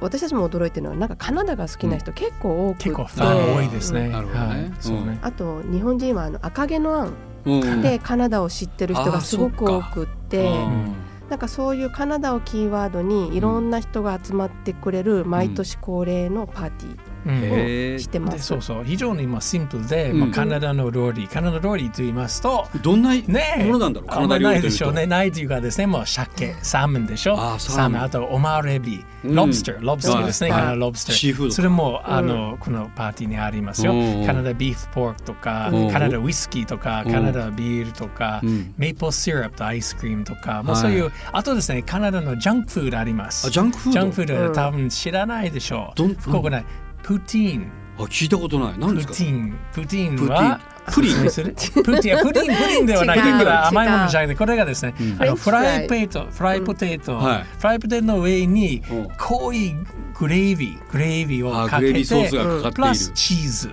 [SPEAKER 4] 私たちも驚いてるのはなんかカナダが好きな人結構多くて、
[SPEAKER 3] 結構負
[SPEAKER 2] あ
[SPEAKER 3] 担
[SPEAKER 2] ー
[SPEAKER 3] 多いですね。
[SPEAKER 2] なるほどね
[SPEAKER 3] はい
[SPEAKER 2] うん
[SPEAKER 3] そうね。
[SPEAKER 4] あと日本人はあの赤毛のアン
[SPEAKER 2] うん
[SPEAKER 4] でカナダを知ってる人がすごく多く
[SPEAKER 2] う
[SPEAKER 4] って、
[SPEAKER 2] ん
[SPEAKER 4] なんかそういうカナダをキーワードにいろんな人が集まってくれる毎年恒例のパーティ
[SPEAKER 3] うん
[SPEAKER 2] へ
[SPEAKER 4] ー
[SPEAKER 2] え
[SPEAKER 4] してま。
[SPEAKER 3] ですそうそう非常にまあシンプルで、
[SPEAKER 2] うん
[SPEAKER 3] まあ、カナダの料理カナダ料理と言いますと
[SPEAKER 2] どんなも
[SPEAKER 3] ねえ
[SPEAKER 2] のなんだろう、
[SPEAKER 3] あ
[SPEAKER 2] カ
[SPEAKER 3] ん
[SPEAKER 2] ナ
[SPEAKER 3] ま
[SPEAKER 2] ダ
[SPEAKER 3] り
[SPEAKER 2] 料
[SPEAKER 3] な
[SPEAKER 2] 理と
[SPEAKER 3] い
[SPEAKER 2] い
[SPEAKER 3] で
[SPEAKER 2] う
[SPEAKER 3] し
[SPEAKER 2] と
[SPEAKER 3] ょうねないというかですねもう鮭サーモンでしょ
[SPEAKER 2] あーサ
[SPEAKER 3] サ
[SPEAKER 2] ー
[SPEAKER 3] ー
[SPEAKER 2] モン
[SPEAKER 3] モンあとオマールエビ
[SPEAKER 2] うん
[SPEAKER 3] ロブスター、ロブスターですね
[SPEAKER 4] はい
[SPEAKER 3] カナダロブスター
[SPEAKER 2] シーフード
[SPEAKER 3] それもあの、このパーティーにありますよ、
[SPEAKER 2] うん
[SPEAKER 3] カナダビーフポークとか、
[SPEAKER 2] うん
[SPEAKER 3] カナダウイスキーとか、
[SPEAKER 2] うん
[SPEAKER 3] カナダビールとか、
[SPEAKER 2] うん
[SPEAKER 3] メイプルシロップとアイスクリームとか、もう
[SPEAKER 2] はい
[SPEAKER 3] そういうあとですねカナダのジャンクフードあります
[SPEAKER 2] あジャンクフード
[SPEAKER 3] ジャンクフード多分知らないでしょう。
[SPEAKER 2] どん
[SPEAKER 3] 福岡ない。プティーン。
[SPEAKER 2] あ聞いたことない
[SPEAKER 3] プ
[SPEAKER 2] 何で
[SPEAKER 3] テ
[SPEAKER 2] すか
[SPEAKER 3] ィーン。プティー
[SPEAKER 2] プ
[SPEAKER 3] ン
[SPEAKER 2] ティ
[SPEAKER 3] は。
[SPEAKER 2] プリン
[SPEAKER 3] プティーン。 プティーン。プティーン。プリンではない。
[SPEAKER 4] 違う
[SPEAKER 3] プリンは甘い
[SPEAKER 4] 違う
[SPEAKER 3] ものじゃなくて、これがですね、あの
[SPEAKER 4] フ
[SPEAKER 3] フ
[SPEAKER 4] レン
[SPEAKER 3] ラ
[SPEAKER 4] チ
[SPEAKER 3] イポテ
[SPEAKER 4] フラ
[SPEAKER 3] ト、フライポテト、
[SPEAKER 2] はい
[SPEAKER 3] フライポテトの上に
[SPEAKER 2] うん
[SPEAKER 3] 濃いグレービー、グレービーを
[SPEAKER 2] あ
[SPEAKER 3] か
[SPEAKER 2] グレ
[SPEAKER 3] け
[SPEAKER 2] ービーソース
[SPEAKER 3] て、
[SPEAKER 2] がか
[SPEAKER 3] プ
[SPEAKER 2] かっ
[SPEAKER 3] ラ
[SPEAKER 2] てい
[SPEAKER 3] ス
[SPEAKER 2] る
[SPEAKER 3] チーズ。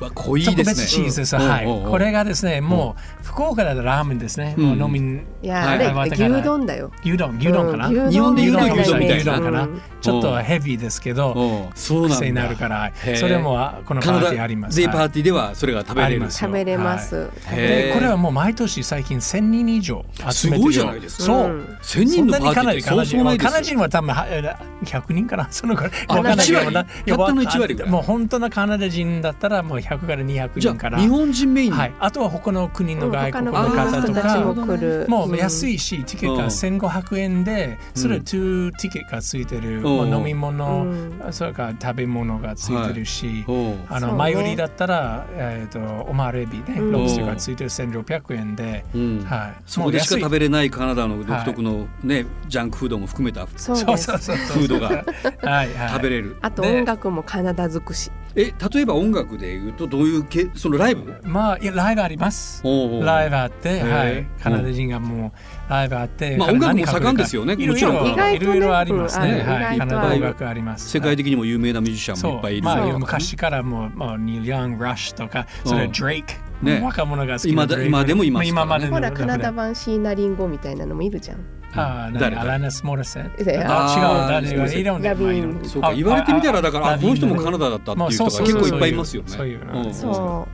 [SPEAKER 2] わ濃い
[SPEAKER 3] 特
[SPEAKER 2] ですね
[SPEAKER 3] 別チーズです。
[SPEAKER 2] うん
[SPEAKER 3] はい
[SPEAKER 2] うんう。ん
[SPEAKER 3] これがですね、もう福岡だとラーメンですね。もう飲みに
[SPEAKER 4] いや、
[SPEAKER 2] はい
[SPEAKER 4] あ
[SPEAKER 3] は
[SPEAKER 4] れ
[SPEAKER 3] いだから
[SPEAKER 4] 牛丼だよ。
[SPEAKER 3] 牛丼、牛丼かな。
[SPEAKER 4] うん
[SPEAKER 2] 日本で言うと
[SPEAKER 4] 牛丼みたい
[SPEAKER 2] 牛丼
[SPEAKER 3] かな
[SPEAKER 4] うん
[SPEAKER 3] ちょっとヘビーですけど、
[SPEAKER 2] うんそうなんだ
[SPEAKER 3] 癖になるから
[SPEAKER 2] へえ、
[SPEAKER 3] それもあこの
[SPEAKER 2] カ
[SPEAKER 3] パ
[SPEAKER 2] ナ
[SPEAKER 3] ー
[SPEAKER 2] ダ
[SPEAKER 3] ティーあります。
[SPEAKER 2] デイパ
[SPEAKER 3] は
[SPEAKER 2] ー
[SPEAKER 3] い
[SPEAKER 2] ティーではそれが食べ
[SPEAKER 3] あ
[SPEAKER 2] れ
[SPEAKER 3] り
[SPEAKER 2] る
[SPEAKER 3] ます
[SPEAKER 4] 食べれます。。
[SPEAKER 2] へえ
[SPEAKER 3] でこれはもう毎年最近1000人以上集め
[SPEAKER 2] す
[SPEAKER 3] てるよ
[SPEAKER 2] ごいじゃないですか
[SPEAKER 3] そううん
[SPEAKER 2] 千人のパーティーってそうそうないで
[SPEAKER 3] カナダ
[SPEAKER 2] す
[SPEAKER 3] 人
[SPEAKER 2] よ
[SPEAKER 3] は多分はえー100人かなそのくらい
[SPEAKER 2] あ
[SPEAKER 3] わかんないけど
[SPEAKER 2] 一割
[SPEAKER 3] ないや
[SPEAKER 2] たったの
[SPEAKER 3] わ
[SPEAKER 2] 一割ぐらい
[SPEAKER 3] もう本当のカナダ人だったらもう100から200
[SPEAKER 2] じゃ
[SPEAKER 3] 人から
[SPEAKER 2] あ日本人メイン
[SPEAKER 3] はい、あとは他の国の外
[SPEAKER 4] 他
[SPEAKER 3] 国
[SPEAKER 4] の
[SPEAKER 3] の
[SPEAKER 2] 国の
[SPEAKER 3] 方
[SPEAKER 4] 人
[SPEAKER 3] と
[SPEAKER 4] たち
[SPEAKER 3] か
[SPEAKER 4] も来る。
[SPEAKER 3] もう安
[SPEAKER 4] い。
[SPEAKER 3] いし、ティケッ
[SPEAKER 2] う
[SPEAKER 3] ト
[SPEAKER 2] ん
[SPEAKER 3] が1500円で、それ
[SPEAKER 2] うん
[SPEAKER 3] 2ティケットがついてる、
[SPEAKER 2] ん
[SPEAKER 3] もう飲み物、
[SPEAKER 4] うん
[SPEAKER 3] それから食べ物がついてるし、
[SPEAKER 2] おう
[SPEAKER 3] あ
[SPEAKER 4] そう
[SPEAKER 3] の
[SPEAKER 4] ね
[SPEAKER 3] 前よりだったら、えー、とオマールエビね、
[SPEAKER 4] うん
[SPEAKER 3] ロブスターがついてる1600円で、
[SPEAKER 2] うん
[SPEAKER 3] はい、
[SPEAKER 2] そこでしか食
[SPEAKER 3] もう安い
[SPEAKER 2] べれないカナダの独特のねジャンクフードも含めた
[SPEAKER 4] そう
[SPEAKER 3] そう
[SPEAKER 4] です
[SPEAKER 3] そうそう
[SPEAKER 2] フードが
[SPEAKER 3] はいはい、
[SPEAKER 2] 食べれる
[SPEAKER 4] あと
[SPEAKER 3] で
[SPEAKER 4] 音楽もカナダ尽くし。
[SPEAKER 2] え例えば音楽でいうとどういうけそのライブ
[SPEAKER 3] まあいやライブあります
[SPEAKER 2] おうおう
[SPEAKER 3] ライブあって、
[SPEAKER 2] へー
[SPEAKER 3] はい、カナダ人がもうライブあって、
[SPEAKER 2] まあ
[SPEAKER 3] 彼
[SPEAKER 2] 音楽も
[SPEAKER 3] 何かけるか
[SPEAKER 2] 盛んですよね
[SPEAKER 3] いろい
[SPEAKER 2] も
[SPEAKER 3] ろ
[SPEAKER 2] ちろん
[SPEAKER 3] いろいろありますね、
[SPEAKER 2] 意外とね
[SPEAKER 3] はい、
[SPEAKER 2] うん
[SPEAKER 3] カナダ音楽あります
[SPEAKER 2] 世界的にも有名なミュージシャンもいっぱいいる
[SPEAKER 3] そうまあ、
[SPEAKER 2] ね
[SPEAKER 3] 昔からもう、まあ、ニー・ヤング・ラッシュとか、それ
[SPEAKER 2] うん
[SPEAKER 3] ドレイク、
[SPEAKER 2] ね
[SPEAKER 3] 若者が好きな
[SPEAKER 2] 今だ
[SPEAKER 3] Drake
[SPEAKER 2] 今でもいますからね
[SPEAKER 3] 今までの
[SPEAKER 4] ほらカナダ
[SPEAKER 3] あ
[SPEAKER 4] 版シーナリンゴみたいなのもいるじゃん。
[SPEAKER 3] あー、
[SPEAKER 2] 誰
[SPEAKER 3] 誰アラナス・モルセン。
[SPEAKER 4] いやいや
[SPEAKER 2] あー
[SPEAKER 3] あ違う、誰がいろんな。
[SPEAKER 4] ラビーン
[SPEAKER 3] まあいろんな
[SPEAKER 2] そうか
[SPEAKER 3] あ
[SPEAKER 2] 言われてみたらだから
[SPEAKER 3] あ
[SPEAKER 2] あ
[SPEAKER 3] あ
[SPEAKER 2] この人もカナダだったっていう人が結構いっぱいいますよね。
[SPEAKER 3] そういう
[SPEAKER 2] うん
[SPEAKER 3] そう
[SPEAKER 4] そ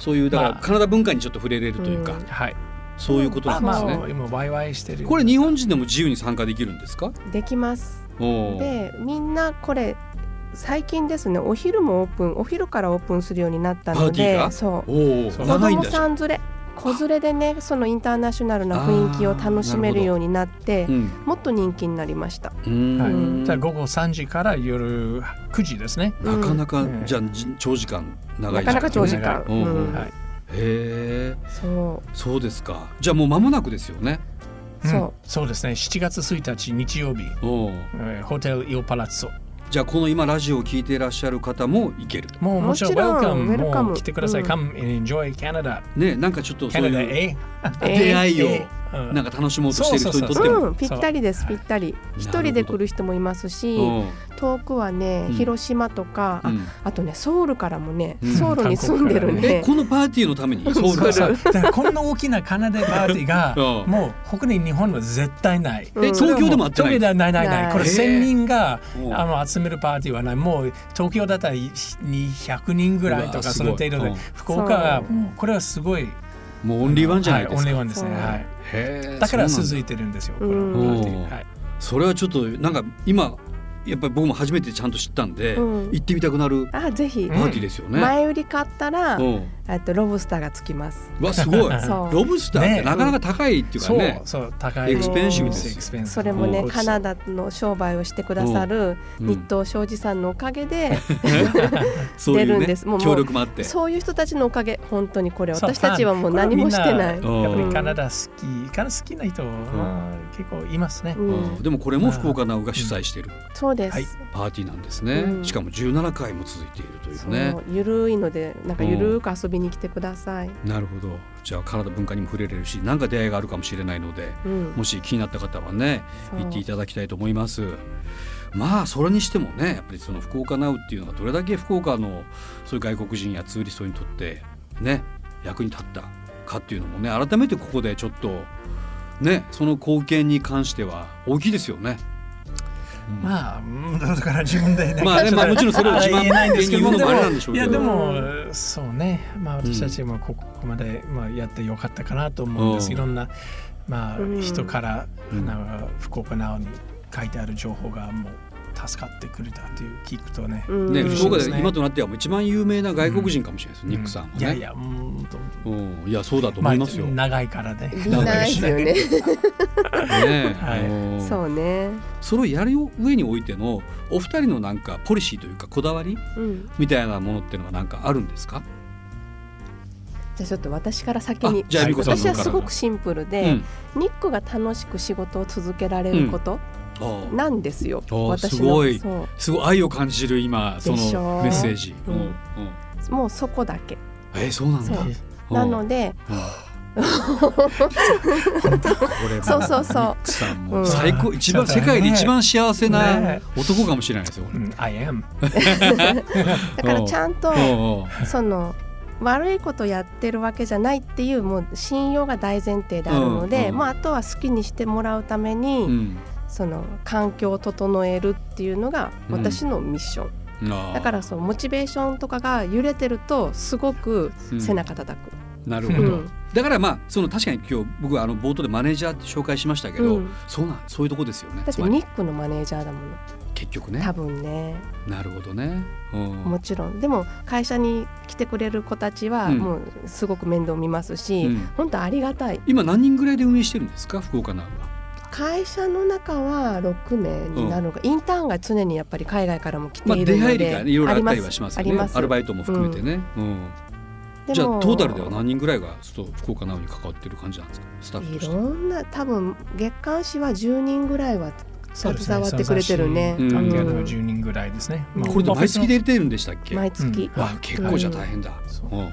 [SPEAKER 2] そういうだから
[SPEAKER 3] まあ
[SPEAKER 2] カナダ文化にちょっと触れれるというか、
[SPEAKER 4] うん
[SPEAKER 3] はい。
[SPEAKER 2] そういうことな
[SPEAKER 3] あ
[SPEAKER 2] んで
[SPEAKER 3] ますあ、
[SPEAKER 2] ね。
[SPEAKER 3] 今、ワイワイしてる。
[SPEAKER 2] これ日本人でも自由に参加できるんですか？
[SPEAKER 4] うできます。
[SPEAKER 2] おー
[SPEAKER 4] でみんなこれ最近ですねお昼もオープンお昼からオープンするようになったの
[SPEAKER 2] パーティー
[SPEAKER 4] で
[SPEAKER 2] が
[SPEAKER 4] そう
[SPEAKER 2] おー
[SPEAKER 3] そう
[SPEAKER 4] 子
[SPEAKER 2] 長いん
[SPEAKER 4] 供
[SPEAKER 2] だじゃ
[SPEAKER 4] さ
[SPEAKER 2] ん。
[SPEAKER 4] ん連れ子連れでねそのインターナショナルな雰囲気を楽しめるようになって
[SPEAKER 2] うん
[SPEAKER 4] もっと人気になりまし
[SPEAKER 2] う
[SPEAKER 4] た。
[SPEAKER 3] はい
[SPEAKER 2] ん
[SPEAKER 3] じゃあ午後3時から夜9時ですね。
[SPEAKER 2] なかなか、
[SPEAKER 3] うん
[SPEAKER 2] じゃあじ長時間長
[SPEAKER 4] ないかなか長時
[SPEAKER 2] 間
[SPEAKER 4] 間、
[SPEAKER 2] うんうん
[SPEAKER 4] うん
[SPEAKER 3] はい
[SPEAKER 2] へえ
[SPEAKER 4] そ
[SPEAKER 2] そうですかじゃあもう間もなくですよね
[SPEAKER 4] う
[SPEAKER 3] うん
[SPEAKER 4] そ
[SPEAKER 3] そうですね7月1日日曜日、
[SPEAKER 2] お
[SPEAKER 3] えーホテルイオパラッツォ
[SPEAKER 2] じゃあこの今ラジオを聞いていらっしゃる方も行ける
[SPEAKER 3] もうも
[SPEAKER 4] も
[SPEAKER 3] ち
[SPEAKER 4] ち
[SPEAKER 3] ろ
[SPEAKER 4] ろ
[SPEAKER 3] ん
[SPEAKER 4] ん
[SPEAKER 3] ウェルカム
[SPEAKER 4] welcome
[SPEAKER 3] もう来てください、
[SPEAKER 4] うん
[SPEAKER 3] Come and enjoy Canada
[SPEAKER 2] ねなんかちょっとそう
[SPEAKER 3] Canada
[SPEAKER 2] いう
[SPEAKER 3] A
[SPEAKER 4] う。
[SPEAKER 2] 出会いを
[SPEAKER 3] うん
[SPEAKER 2] なんか楽しもうとしている人にとっても
[SPEAKER 4] うん、ぴったりですぴったり一人で来る人もいますし
[SPEAKER 2] うん
[SPEAKER 4] 遠くはね
[SPEAKER 2] うん
[SPEAKER 4] 広島とか、
[SPEAKER 2] うん
[SPEAKER 4] あとねソウルからもね
[SPEAKER 2] うん
[SPEAKER 4] ソウルに住んでる
[SPEAKER 2] え
[SPEAKER 4] ね、
[SPEAKER 2] このパーティーのためにソウル
[SPEAKER 3] そう
[SPEAKER 2] か
[SPEAKER 3] そ
[SPEAKER 2] ら
[SPEAKER 3] うだからこんな大きなカナダパーティー が
[SPEAKER 2] うん
[SPEAKER 3] もう他に日本は絶対ない。
[SPEAKER 4] うん
[SPEAKER 2] え東京でもあってない
[SPEAKER 3] 東京ではないないない
[SPEAKER 4] ない
[SPEAKER 3] これ
[SPEAKER 2] へえ
[SPEAKER 3] 1000人が
[SPEAKER 2] うん
[SPEAKER 3] あの集めるパーティーはないもう東京だったら200人ぐらいと
[SPEAKER 2] うわ
[SPEAKER 3] か
[SPEAKER 2] す
[SPEAKER 3] そ
[SPEAKER 2] ごい
[SPEAKER 3] の程度
[SPEAKER 2] う
[SPEAKER 3] で
[SPEAKER 2] ん
[SPEAKER 3] 福岡は
[SPEAKER 4] そう
[SPEAKER 3] もうこれはすごい
[SPEAKER 2] もうオンリーワンじゃない
[SPEAKER 3] は
[SPEAKER 2] で
[SPEAKER 3] いオン
[SPEAKER 2] す
[SPEAKER 3] リー
[SPEAKER 2] か、
[SPEAKER 3] ワンですね、
[SPEAKER 4] そう
[SPEAKER 3] はい、
[SPEAKER 2] へえ
[SPEAKER 3] だから
[SPEAKER 2] そうなん
[SPEAKER 3] 続いてるんですよこ
[SPEAKER 4] うん
[SPEAKER 3] のパーティー、はい、
[SPEAKER 2] それはちょっとなんか今やっぱり僕も初めてちゃんと知ったんで、
[SPEAKER 4] うん
[SPEAKER 2] 行ってみたくなるパ
[SPEAKER 4] あぜひ、
[SPEAKER 3] う
[SPEAKER 2] ー
[SPEAKER 3] ん
[SPEAKER 2] ティーですよね。
[SPEAKER 4] 前売り買ったら、
[SPEAKER 2] うん
[SPEAKER 4] えっとロブスターがつきます
[SPEAKER 2] うわすごい
[SPEAKER 4] そう
[SPEAKER 2] ロブスターっ
[SPEAKER 3] ね
[SPEAKER 2] てなかなか高いっていうか
[SPEAKER 3] そう、
[SPEAKER 2] ね
[SPEAKER 3] そう高い
[SPEAKER 2] エクス
[SPEAKER 4] ペンシ
[SPEAKER 3] で
[SPEAKER 4] ブです
[SPEAKER 2] す
[SPEAKER 3] エクスペンシブ
[SPEAKER 4] それもね
[SPEAKER 3] うん
[SPEAKER 4] カナダの商売をしてくださる
[SPEAKER 2] うん
[SPEAKER 4] 日東庄司さんのおか げで、
[SPEAKER 2] そうい
[SPEAKER 4] 出
[SPEAKER 2] う
[SPEAKER 4] るん
[SPEAKER 2] ね
[SPEAKER 4] ですもうもう
[SPEAKER 2] 協力もあって
[SPEAKER 4] そういう人たちのおかげ本当にこれ
[SPEAKER 3] そう
[SPEAKER 4] 私たちはもう何もしてない
[SPEAKER 3] ファン。
[SPEAKER 2] うん
[SPEAKER 3] やっぱりカナダ好きカナダ好きな人は結構いますね、
[SPEAKER 4] うん
[SPEAKER 2] うんでもこれも福岡直が主催している
[SPEAKER 4] そうです、
[SPEAKER 3] はい
[SPEAKER 2] パーティーなんですね、
[SPEAKER 4] うん
[SPEAKER 2] しかも17回も続いているというね
[SPEAKER 4] そうゆるいのでなんかゆるーく遊びに来てください、
[SPEAKER 2] なるほどじゃあカナダ文化にも触れれるし何か出会いがあるかもしれないので
[SPEAKER 4] うん、
[SPEAKER 2] もし気になった方はね
[SPEAKER 4] そう
[SPEAKER 2] 行っていただきたいと思います。まあそれにしてもねやっぱりその福岡ナウっていうのがどれだけ福岡のそういう外国人やツーリストにとってね役に立ったかっていうのもね改めてここでちょっとねその貢献に関しては大きいですよね。
[SPEAKER 3] まあうんだから自分でね
[SPEAKER 2] まあね
[SPEAKER 3] ちょっと
[SPEAKER 2] まあもちろんそれを自慢
[SPEAKER 3] 言えないんですけど
[SPEAKER 2] 言うのもあれなんでしょう
[SPEAKER 3] い
[SPEAKER 2] けど
[SPEAKER 3] やでもそうねまあ私たちもここまでまあやってよかったかなと思うんです、
[SPEAKER 2] うん
[SPEAKER 3] いろんなまあ
[SPEAKER 4] うん
[SPEAKER 3] 人から
[SPEAKER 2] うん
[SPEAKER 3] なんか福岡なおに書いてある情報がもう助かってくれたっていう聞くとね、
[SPEAKER 4] うん
[SPEAKER 2] ね
[SPEAKER 3] うん
[SPEAKER 2] 福岡
[SPEAKER 3] そうです
[SPEAKER 2] で
[SPEAKER 3] ね
[SPEAKER 2] 今となってはもう一番有名な外国人かもしれないです、ニックさんはね。
[SPEAKER 3] いやいやうんと
[SPEAKER 2] うんいやそうだと思いますよ。
[SPEAKER 3] まあ、長いから ね
[SPEAKER 4] いいなですよね。
[SPEAKER 2] ね
[SPEAKER 3] はい
[SPEAKER 2] うん
[SPEAKER 4] そうね。
[SPEAKER 2] それをやる上においてのお二人のなんかポリシーというかこだわり
[SPEAKER 4] うん。
[SPEAKER 2] みたいなものっていうのはなんかあるんですか、
[SPEAKER 4] じゃあちょっと私から先に
[SPEAKER 2] あ。じゃあ
[SPEAKER 4] はい
[SPEAKER 2] 由美子さんの
[SPEAKER 4] 私
[SPEAKER 2] 方
[SPEAKER 4] は
[SPEAKER 2] から
[SPEAKER 4] すごくシンプルで、
[SPEAKER 2] うん
[SPEAKER 4] ニックが楽しく仕事を続けられること
[SPEAKER 2] あー
[SPEAKER 4] なんですよ。
[SPEAKER 2] あー
[SPEAKER 4] 私の
[SPEAKER 2] すごい
[SPEAKER 4] そ
[SPEAKER 2] すごい愛を感じる今その
[SPEAKER 4] でしょ
[SPEAKER 2] メッセージ。
[SPEAKER 4] うん
[SPEAKER 2] うんうん
[SPEAKER 4] うもうそこだけ。
[SPEAKER 2] えーそうなんだ。
[SPEAKER 4] そう
[SPEAKER 2] うん
[SPEAKER 4] なので、
[SPEAKER 2] これ
[SPEAKER 4] そうそうそう
[SPEAKER 2] ニックさんも
[SPEAKER 4] うん
[SPEAKER 2] 最高一番世界で一番幸せな
[SPEAKER 3] ね
[SPEAKER 2] 男かもしれないですよ。これ
[SPEAKER 3] うん I am
[SPEAKER 4] だからちゃんと
[SPEAKER 2] うんうん
[SPEAKER 4] その。悪いことやってるわけじゃないっていうもう信用が大前提であるの
[SPEAKER 2] うん
[SPEAKER 4] で、
[SPEAKER 2] うん
[SPEAKER 4] まああとは好きにしてもらうために、
[SPEAKER 2] うん
[SPEAKER 4] その環境を整えるっていうのが私のミッション、
[SPEAKER 2] あー
[SPEAKER 4] だからそうモチベーションとかが揺れてるとすごく背中叩く、
[SPEAKER 2] なる
[SPEAKER 3] う
[SPEAKER 2] ほ
[SPEAKER 3] ん
[SPEAKER 2] ど、だからまあその確かに今日僕はあの冒頭でマネージャーって紹介しましたけど、
[SPEAKER 4] うん
[SPEAKER 2] そうなんそういうとこですよね
[SPEAKER 4] だっ
[SPEAKER 2] つ
[SPEAKER 4] て
[SPEAKER 2] まり
[SPEAKER 4] ニックのマネージャーだもの
[SPEAKER 2] 結局ね
[SPEAKER 4] 多分ね
[SPEAKER 2] なるほどね、うん
[SPEAKER 4] もちろんでも会社に来てくれる子たちは
[SPEAKER 2] うん
[SPEAKER 4] もうすごく面倒見ますし、
[SPEAKER 2] うん
[SPEAKER 4] 本当ありがたい
[SPEAKER 2] 今何人ぐらいで運営してるんですか福岡ナウは
[SPEAKER 4] 会社の中は6名になるのが、インターンが常にやっぱり海外からも来て
[SPEAKER 2] まあ
[SPEAKER 4] いる
[SPEAKER 2] 出
[SPEAKER 4] の
[SPEAKER 2] 入り
[SPEAKER 4] で、
[SPEAKER 2] がねいろいろあったりはします
[SPEAKER 4] あ
[SPEAKER 2] よ
[SPEAKER 4] り
[SPEAKER 2] ね
[SPEAKER 4] ます
[SPEAKER 2] アルバイトも含めてね、うん
[SPEAKER 4] でも
[SPEAKER 2] じゃあトータルでは何人ぐらいがちょっと福岡ナウに関わってる感じなんですかスタッフ
[SPEAKER 4] い
[SPEAKER 2] として
[SPEAKER 4] ろんな多分月刊誌は10人ぐらいは
[SPEAKER 3] そうです
[SPEAKER 4] 携わってくれてるね
[SPEAKER 3] その雑誌関係あるの
[SPEAKER 4] う
[SPEAKER 3] が
[SPEAKER 4] ん
[SPEAKER 3] 10人ぐらいですね、
[SPEAKER 4] うん
[SPEAKER 3] まあ
[SPEAKER 2] これで毎月出れてるんでしたっけ、
[SPEAKER 4] 毎月、
[SPEAKER 3] うん
[SPEAKER 2] わあ結構じゃあ大変だ、
[SPEAKER 3] そう
[SPEAKER 2] うん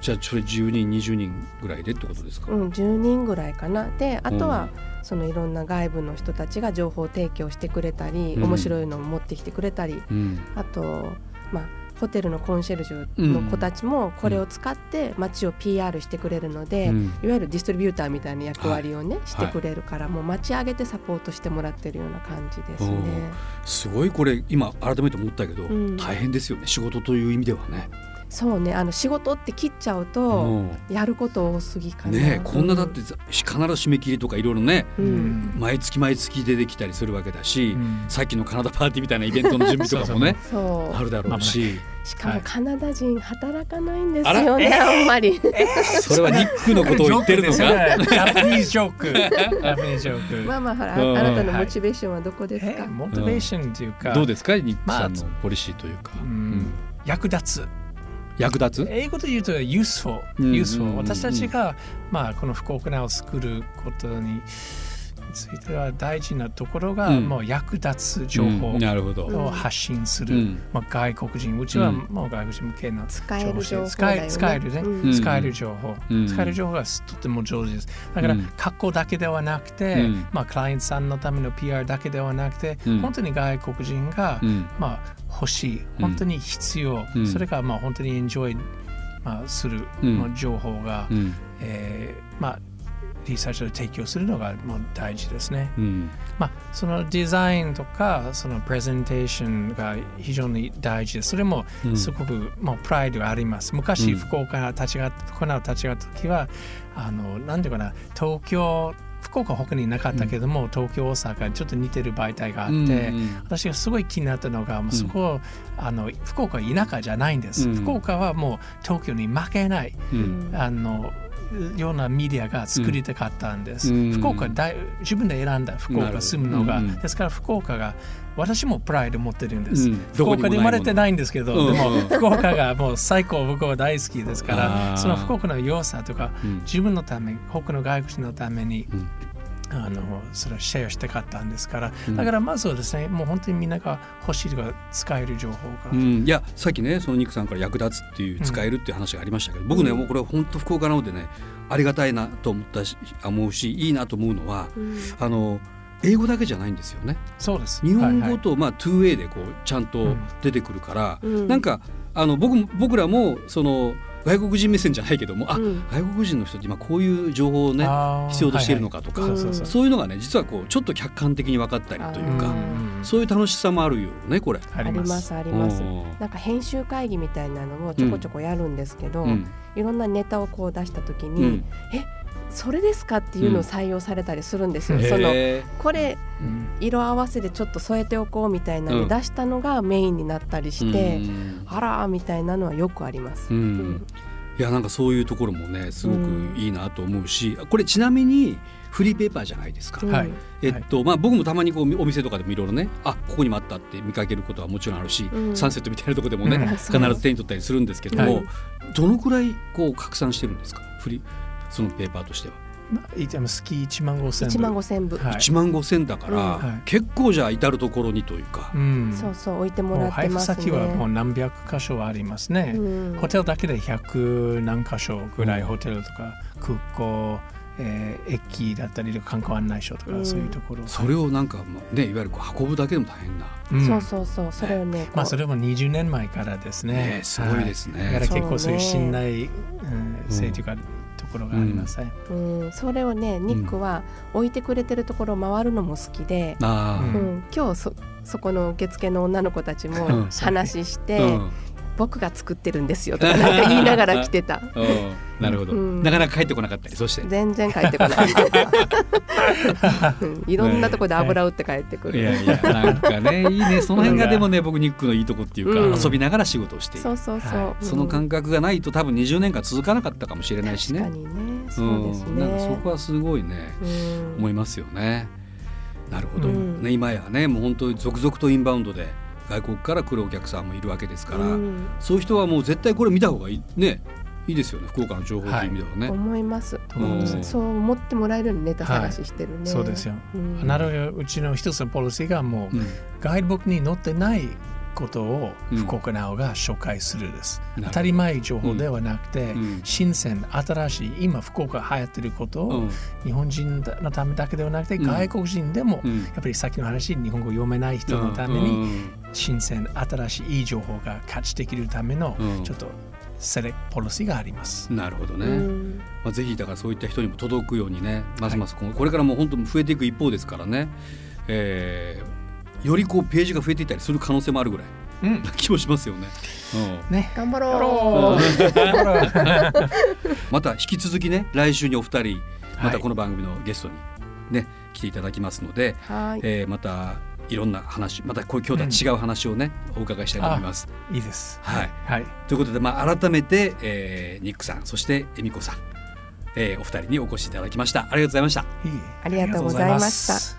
[SPEAKER 2] じゃあそれ10人20人ぐらいでってことですか、
[SPEAKER 4] うん、10人ぐらいかなであとは、そのいろんな外部の人たちが情報提供してくれたり、
[SPEAKER 2] うん
[SPEAKER 4] 面白いのを持ってきてくれたり
[SPEAKER 2] うん
[SPEAKER 4] あと、まあ、ホテルのコンシェルジュの子たちもこれを使って街を PR してくれるので、
[SPEAKER 2] うん
[SPEAKER 4] いわゆるディストリビューターみたいな役割をね、してくれるから、もう街上げてサポートしてもらってるような感じですね。
[SPEAKER 2] すごいこれ今改めて思ったけど、
[SPEAKER 4] うん
[SPEAKER 2] 大変ですよね仕事という意味ではね
[SPEAKER 4] そうねあの仕事って切っちゃうと、
[SPEAKER 2] も
[SPEAKER 4] やること多すぎか
[SPEAKER 2] う
[SPEAKER 4] な、
[SPEAKER 2] ねえ
[SPEAKER 4] う
[SPEAKER 2] こんなだってざ必ず締め切りとかいろいろね
[SPEAKER 4] う
[SPEAKER 3] うんん
[SPEAKER 2] 毎月毎月出てきたりするわけだし、
[SPEAKER 3] うん
[SPEAKER 2] さっきのカナダパーティーみたいなイベントの準備とかもね
[SPEAKER 4] そう
[SPEAKER 2] あるだろうし、
[SPEAKER 4] しか
[SPEAKER 3] は
[SPEAKER 4] も
[SPEAKER 3] い
[SPEAKER 4] カナダ人働かないんです
[SPEAKER 2] あら
[SPEAKER 4] よね、あんまり
[SPEAKER 2] それはニックのことを言ってるの
[SPEAKER 3] ジョ
[SPEAKER 2] か。
[SPEAKER 3] ークですよねジャパニーズジョ ーク。ジャパニーズジョーク。
[SPEAKER 4] まあまあほらあ
[SPEAKER 2] うん
[SPEAKER 4] あなたのモチベーションはどこです
[SPEAKER 3] え
[SPEAKER 4] か、
[SPEAKER 3] モチベーションというか、
[SPEAKER 2] どうですか、ニックさんの
[SPEAKER 3] ま
[SPEAKER 2] ポリシーというか。
[SPEAKER 3] う
[SPEAKER 2] うん
[SPEAKER 3] ん役立つ。
[SPEAKER 2] 役立つ。
[SPEAKER 3] 英語で言うと useful,
[SPEAKER 2] うん
[SPEAKER 3] useful、
[SPEAKER 2] うん
[SPEAKER 3] 私たちが、まあ、この福岡なを作ることについては大事なところが、
[SPEAKER 2] うん
[SPEAKER 3] もう役立つ情報
[SPEAKER 2] うんなるほど。
[SPEAKER 3] を発信する、
[SPEAKER 2] うん
[SPEAKER 3] まあ、外国人うちは
[SPEAKER 2] うん
[SPEAKER 3] もう外国人向けの
[SPEAKER 4] 使える情報
[SPEAKER 3] 使
[SPEAKER 4] だよ
[SPEAKER 3] え
[SPEAKER 4] ね
[SPEAKER 3] 使えるね、
[SPEAKER 4] うん
[SPEAKER 3] 使える情報、
[SPEAKER 2] うん
[SPEAKER 3] 使える情報がとても上手ですだから
[SPEAKER 2] うん
[SPEAKER 3] 格好だけではなくて、
[SPEAKER 2] うん
[SPEAKER 3] まあ、クライアントさんのための PR だけではなくて、
[SPEAKER 2] うん
[SPEAKER 3] 本当に外国人が、
[SPEAKER 2] うん。
[SPEAKER 3] まあ、欲しい本当に必要、
[SPEAKER 2] うん
[SPEAKER 3] それがまあ本当にエンジョイ、まあ、する、
[SPEAKER 2] うん
[SPEAKER 3] まあ、情報が、
[SPEAKER 2] うん。
[SPEAKER 3] えーまあ、リサーチで提供するのがもう大事ですね、
[SPEAKER 2] うん。
[SPEAKER 3] まあ、そのデザインとかそのプレゼンテーションが非常に大事ですそれも
[SPEAKER 2] うん
[SPEAKER 3] すごく、もうプライドがあります
[SPEAKER 2] う
[SPEAKER 3] 昔
[SPEAKER 2] ん
[SPEAKER 3] 福岡立ち上がった福岡立ち上がった時はあのなんていうかな東京福岡は他になかったけども、東京大阪にちょっと似てる媒体があって、
[SPEAKER 2] うん
[SPEAKER 3] 私がすごい気になったのが、もうそこあの福岡は田舎じゃないんです、
[SPEAKER 2] うん
[SPEAKER 3] 福岡はもう東京に負けない
[SPEAKER 2] うん。
[SPEAKER 3] あのようなメディアが作りたかったんです、
[SPEAKER 2] うん
[SPEAKER 3] 福岡だい自分で選んだ福
[SPEAKER 2] なるほど
[SPEAKER 3] 岡住むのが、
[SPEAKER 2] うん
[SPEAKER 3] ですから福岡が私もプライド持ってるんです、
[SPEAKER 2] うん
[SPEAKER 3] 福岡で生まれてないんですけど
[SPEAKER 2] うん
[SPEAKER 3] でも
[SPEAKER 2] うん
[SPEAKER 3] 福岡がもう最高僕は大好きですか
[SPEAKER 2] あー
[SPEAKER 3] らその福岡の良さとか
[SPEAKER 2] うん
[SPEAKER 3] 自分のため他の外国人のために
[SPEAKER 2] うん
[SPEAKER 3] あのそれをシェアしたかったんですから、
[SPEAKER 2] うん
[SPEAKER 3] だからまずはですねもう本当にみんなが欲しいとか使える情報が、
[SPEAKER 2] うん、いやさっきねそのニックさんから役立つっていう
[SPEAKER 3] うん
[SPEAKER 2] 使えるっていう話がありましたけど、僕ねもうこれは本当福岡なのでねありがたいなと思ったし思うしいいなと思うのは
[SPEAKER 4] うん
[SPEAKER 2] あの英語だけじゃないんですよね
[SPEAKER 3] そうです
[SPEAKER 2] 日本
[SPEAKER 3] はいは
[SPEAKER 2] 語
[SPEAKER 3] い
[SPEAKER 2] と、まあ 2way でこうちゃん
[SPEAKER 3] う
[SPEAKER 2] と
[SPEAKER 3] ん
[SPEAKER 2] 出てくるから、
[SPEAKER 4] うん
[SPEAKER 2] なんかあの僕も僕らもその外国人目線じゃないけどもあ、
[SPEAKER 4] うん
[SPEAKER 2] 外国人の人って今こういう情報をね
[SPEAKER 3] あー
[SPEAKER 2] 必要としているのかとか、
[SPEAKER 4] はいはい
[SPEAKER 3] そうそうそ
[SPEAKER 2] そういうのがね実はこうちょっと客観的に分かったりという
[SPEAKER 3] う
[SPEAKER 2] か、
[SPEAKER 4] あ
[SPEAKER 3] ん
[SPEAKER 2] そういう楽しさもあるよねこれ。
[SPEAKER 3] あ
[SPEAKER 4] ありますありますなんか編集会議みたいなのをちょこちょこやるんですけど、
[SPEAKER 2] うんうん
[SPEAKER 4] いろんなネタをこう出した時
[SPEAKER 2] う
[SPEAKER 4] に、
[SPEAKER 2] ん
[SPEAKER 4] それですかっていうのを採用されたりするんですよ、
[SPEAKER 3] うん
[SPEAKER 4] その
[SPEAKER 2] へー
[SPEAKER 4] これ
[SPEAKER 3] うん
[SPEAKER 4] 色合わせでちょっと添えておこうみたいな
[SPEAKER 2] うん
[SPEAKER 4] の出したのがメインになったりして、
[SPEAKER 2] うん
[SPEAKER 4] あらーみたいなのはよくあります
[SPEAKER 2] う。ん、いやなんかそういうところもねすごくいいなと思うし、これちなみにフリーペーパーじゃないですか、
[SPEAKER 4] うん
[SPEAKER 3] はい
[SPEAKER 2] えっとまあ、僕もたまにこうお店とかでもいろいろねあここにもあったって見かけることはもちろんあるし、
[SPEAKER 4] うん
[SPEAKER 2] サンセットみたいなとこでもね、
[SPEAKER 3] うん
[SPEAKER 2] 必ず手に取ったりするんですけども、
[SPEAKER 4] はい
[SPEAKER 2] どのくらいこう拡散してるんですかフリーそのペーパーとしては。
[SPEAKER 3] まあいつも月1万5千
[SPEAKER 4] 1万5千部、
[SPEAKER 3] はい
[SPEAKER 2] 1万5千だから、
[SPEAKER 4] うん
[SPEAKER 3] はい
[SPEAKER 2] 結構じゃあ至るところにというか、
[SPEAKER 3] うん
[SPEAKER 4] そうそう置いても
[SPEAKER 3] もう
[SPEAKER 4] らって
[SPEAKER 3] 配布
[SPEAKER 4] ますね。
[SPEAKER 3] 先はもう何百箇所ありますね、
[SPEAKER 4] うん
[SPEAKER 3] ホテルだけで100何箇所ぐらい、
[SPEAKER 2] うん
[SPEAKER 3] ホテルとか空港、えー駅だったりとか観光案内所とか、
[SPEAKER 4] うん
[SPEAKER 3] そういうところ
[SPEAKER 2] それをなんか、まあね、いわゆるこう運ぶだけでも大変な、
[SPEAKER 3] うん
[SPEAKER 4] そうそうそうそれをねこう
[SPEAKER 3] まあそれも20年前からですね。
[SPEAKER 2] ねすごいですね。
[SPEAKER 3] はいだから結構そういう
[SPEAKER 4] そうね
[SPEAKER 3] 信頼、うん性というかところがありますね。
[SPEAKER 4] うん、それをねニックは置いてくれてるところを回るのも好きで、
[SPEAKER 2] あ
[SPEAKER 3] う
[SPEAKER 4] うん
[SPEAKER 2] ー
[SPEAKER 4] 今日そそこの受付の女の子たち
[SPEAKER 2] う
[SPEAKER 4] も
[SPEAKER 2] ん
[SPEAKER 4] 話して、
[SPEAKER 2] うん
[SPEAKER 4] 僕が作ってるんですよとかなんか言いながら来てた
[SPEAKER 2] なるほど、
[SPEAKER 4] うん
[SPEAKER 2] なかなか帰ってこなかったりそして
[SPEAKER 4] 全然帰ってこないうんいろんなとこで油打って帰ってく
[SPEAKER 2] い
[SPEAKER 4] る、
[SPEAKER 2] やいやなんかねいい ねその辺が
[SPEAKER 3] うん
[SPEAKER 2] でもね僕ニックのいいとこっていうか、
[SPEAKER 4] うん
[SPEAKER 2] 遊びながら仕事をしている
[SPEAKER 4] そうそうそう、
[SPEAKER 3] は
[SPEAKER 2] その
[SPEAKER 4] 感
[SPEAKER 2] 感覚がないと多分20年間続かなかったかもしれないし
[SPEAKER 4] 確か
[SPEAKER 2] ね
[SPEAKER 4] にねそうです
[SPEAKER 2] ん、なんかそ
[SPEAKER 4] ね、
[SPEAKER 2] こはすごいね
[SPEAKER 4] うん
[SPEAKER 2] 思いますよねなるほど、
[SPEAKER 4] うん
[SPEAKER 2] ね今やねもう本当に続々とインバウンドで外国から来るお客さんもいるわけですから、
[SPEAKER 4] うん
[SPEAKER 2] そういう人はもう絶対これ見た方がいいねいいですよね福岡の情報っていう意味ではね、
[SPEAKER 4] 思います、
[SPEAKER 2] うん
[SPEAKER 4] そう思ってもらえるようにネタ探ししてるね、
[SPEAKER 3] そうですよ。
[SPEAKER 4] うん
[SPEAKER 3] なるほどうちの一つのポリシーがもう、ガイドブックに載ってないことを
[SPEAKER 2] うん
[SPEAKER 3] 福岡なおが紹介するです。
[SPEAKER 2] うん
[SPEAKER 3] 当たり前情報ではなくて、
[SPEAKER 2] うん
[SPEAKER 3] 新鮮新しい今福岡流行ってることを、
[SPEAKER 2] うん
[SPEAKER 3] 日本人のためだけではなくて、
[SPEAKER 2] うん
[SPEAKER 3] 外国人でも、
[SPEAKER 2] うん
[SPEAKER 3] やっぱりさっきの話日本語読めない人のため
[SPEAKER 2] う
[SPEAKER 3] に
[SPEAKER 2] ん
[SPEAKER 3] 新鮮新しいいい情報がキャッチできるための
[SPEAKER 2] うん
[SPEAKER 3] ちょっとセレポリシーがあります。
[SPEAKER 2] なるほどね、
[SPEAKER 4] うん
[SPEAKER 2] まあ、ぜひだからそういった人にも届くようにねますますこ,、これからもう本当に増えていく一方ですからね、えーよりこうページが増えていったりする可能性もあるぐらい
[SPEAKER 3] うん
[SPEAKER 2] な気もしますよね、うん、
[SPEAKER 3] ね
[SPEAKER 4] 頑張
[SPEAKER 3] や
[SPEAKER 4] ろ
[SPEAKER 3] ろ
[SPEAKER 4] う。
[SPEAKER 3] うやろう
[SPEAKER 2] また引き続きね来週にお二人またこの番組のゲストにね来ていただきますので、
[SPEAKER 4] はい。
[SPEAKER 2] えーまたいろんな話またこう今日とは違う話をね、お伺いしたいと思います。
[SPEAKER 3] いいです
[SPEAKER 2] はい
[SPEAKER 3] はい
[SPEAKER 2] ということで、まあ、改めて、えーニックさんそして恵美子さん、えーお二人にお越しいただきましたありがとうございました。
[SPEAKER 3] いい
[SPEAKER 4] ありがとうござい
[SPEAKER 3] ありがとう
[SPEAKER 4] ました
[SPEAKER 3] ございす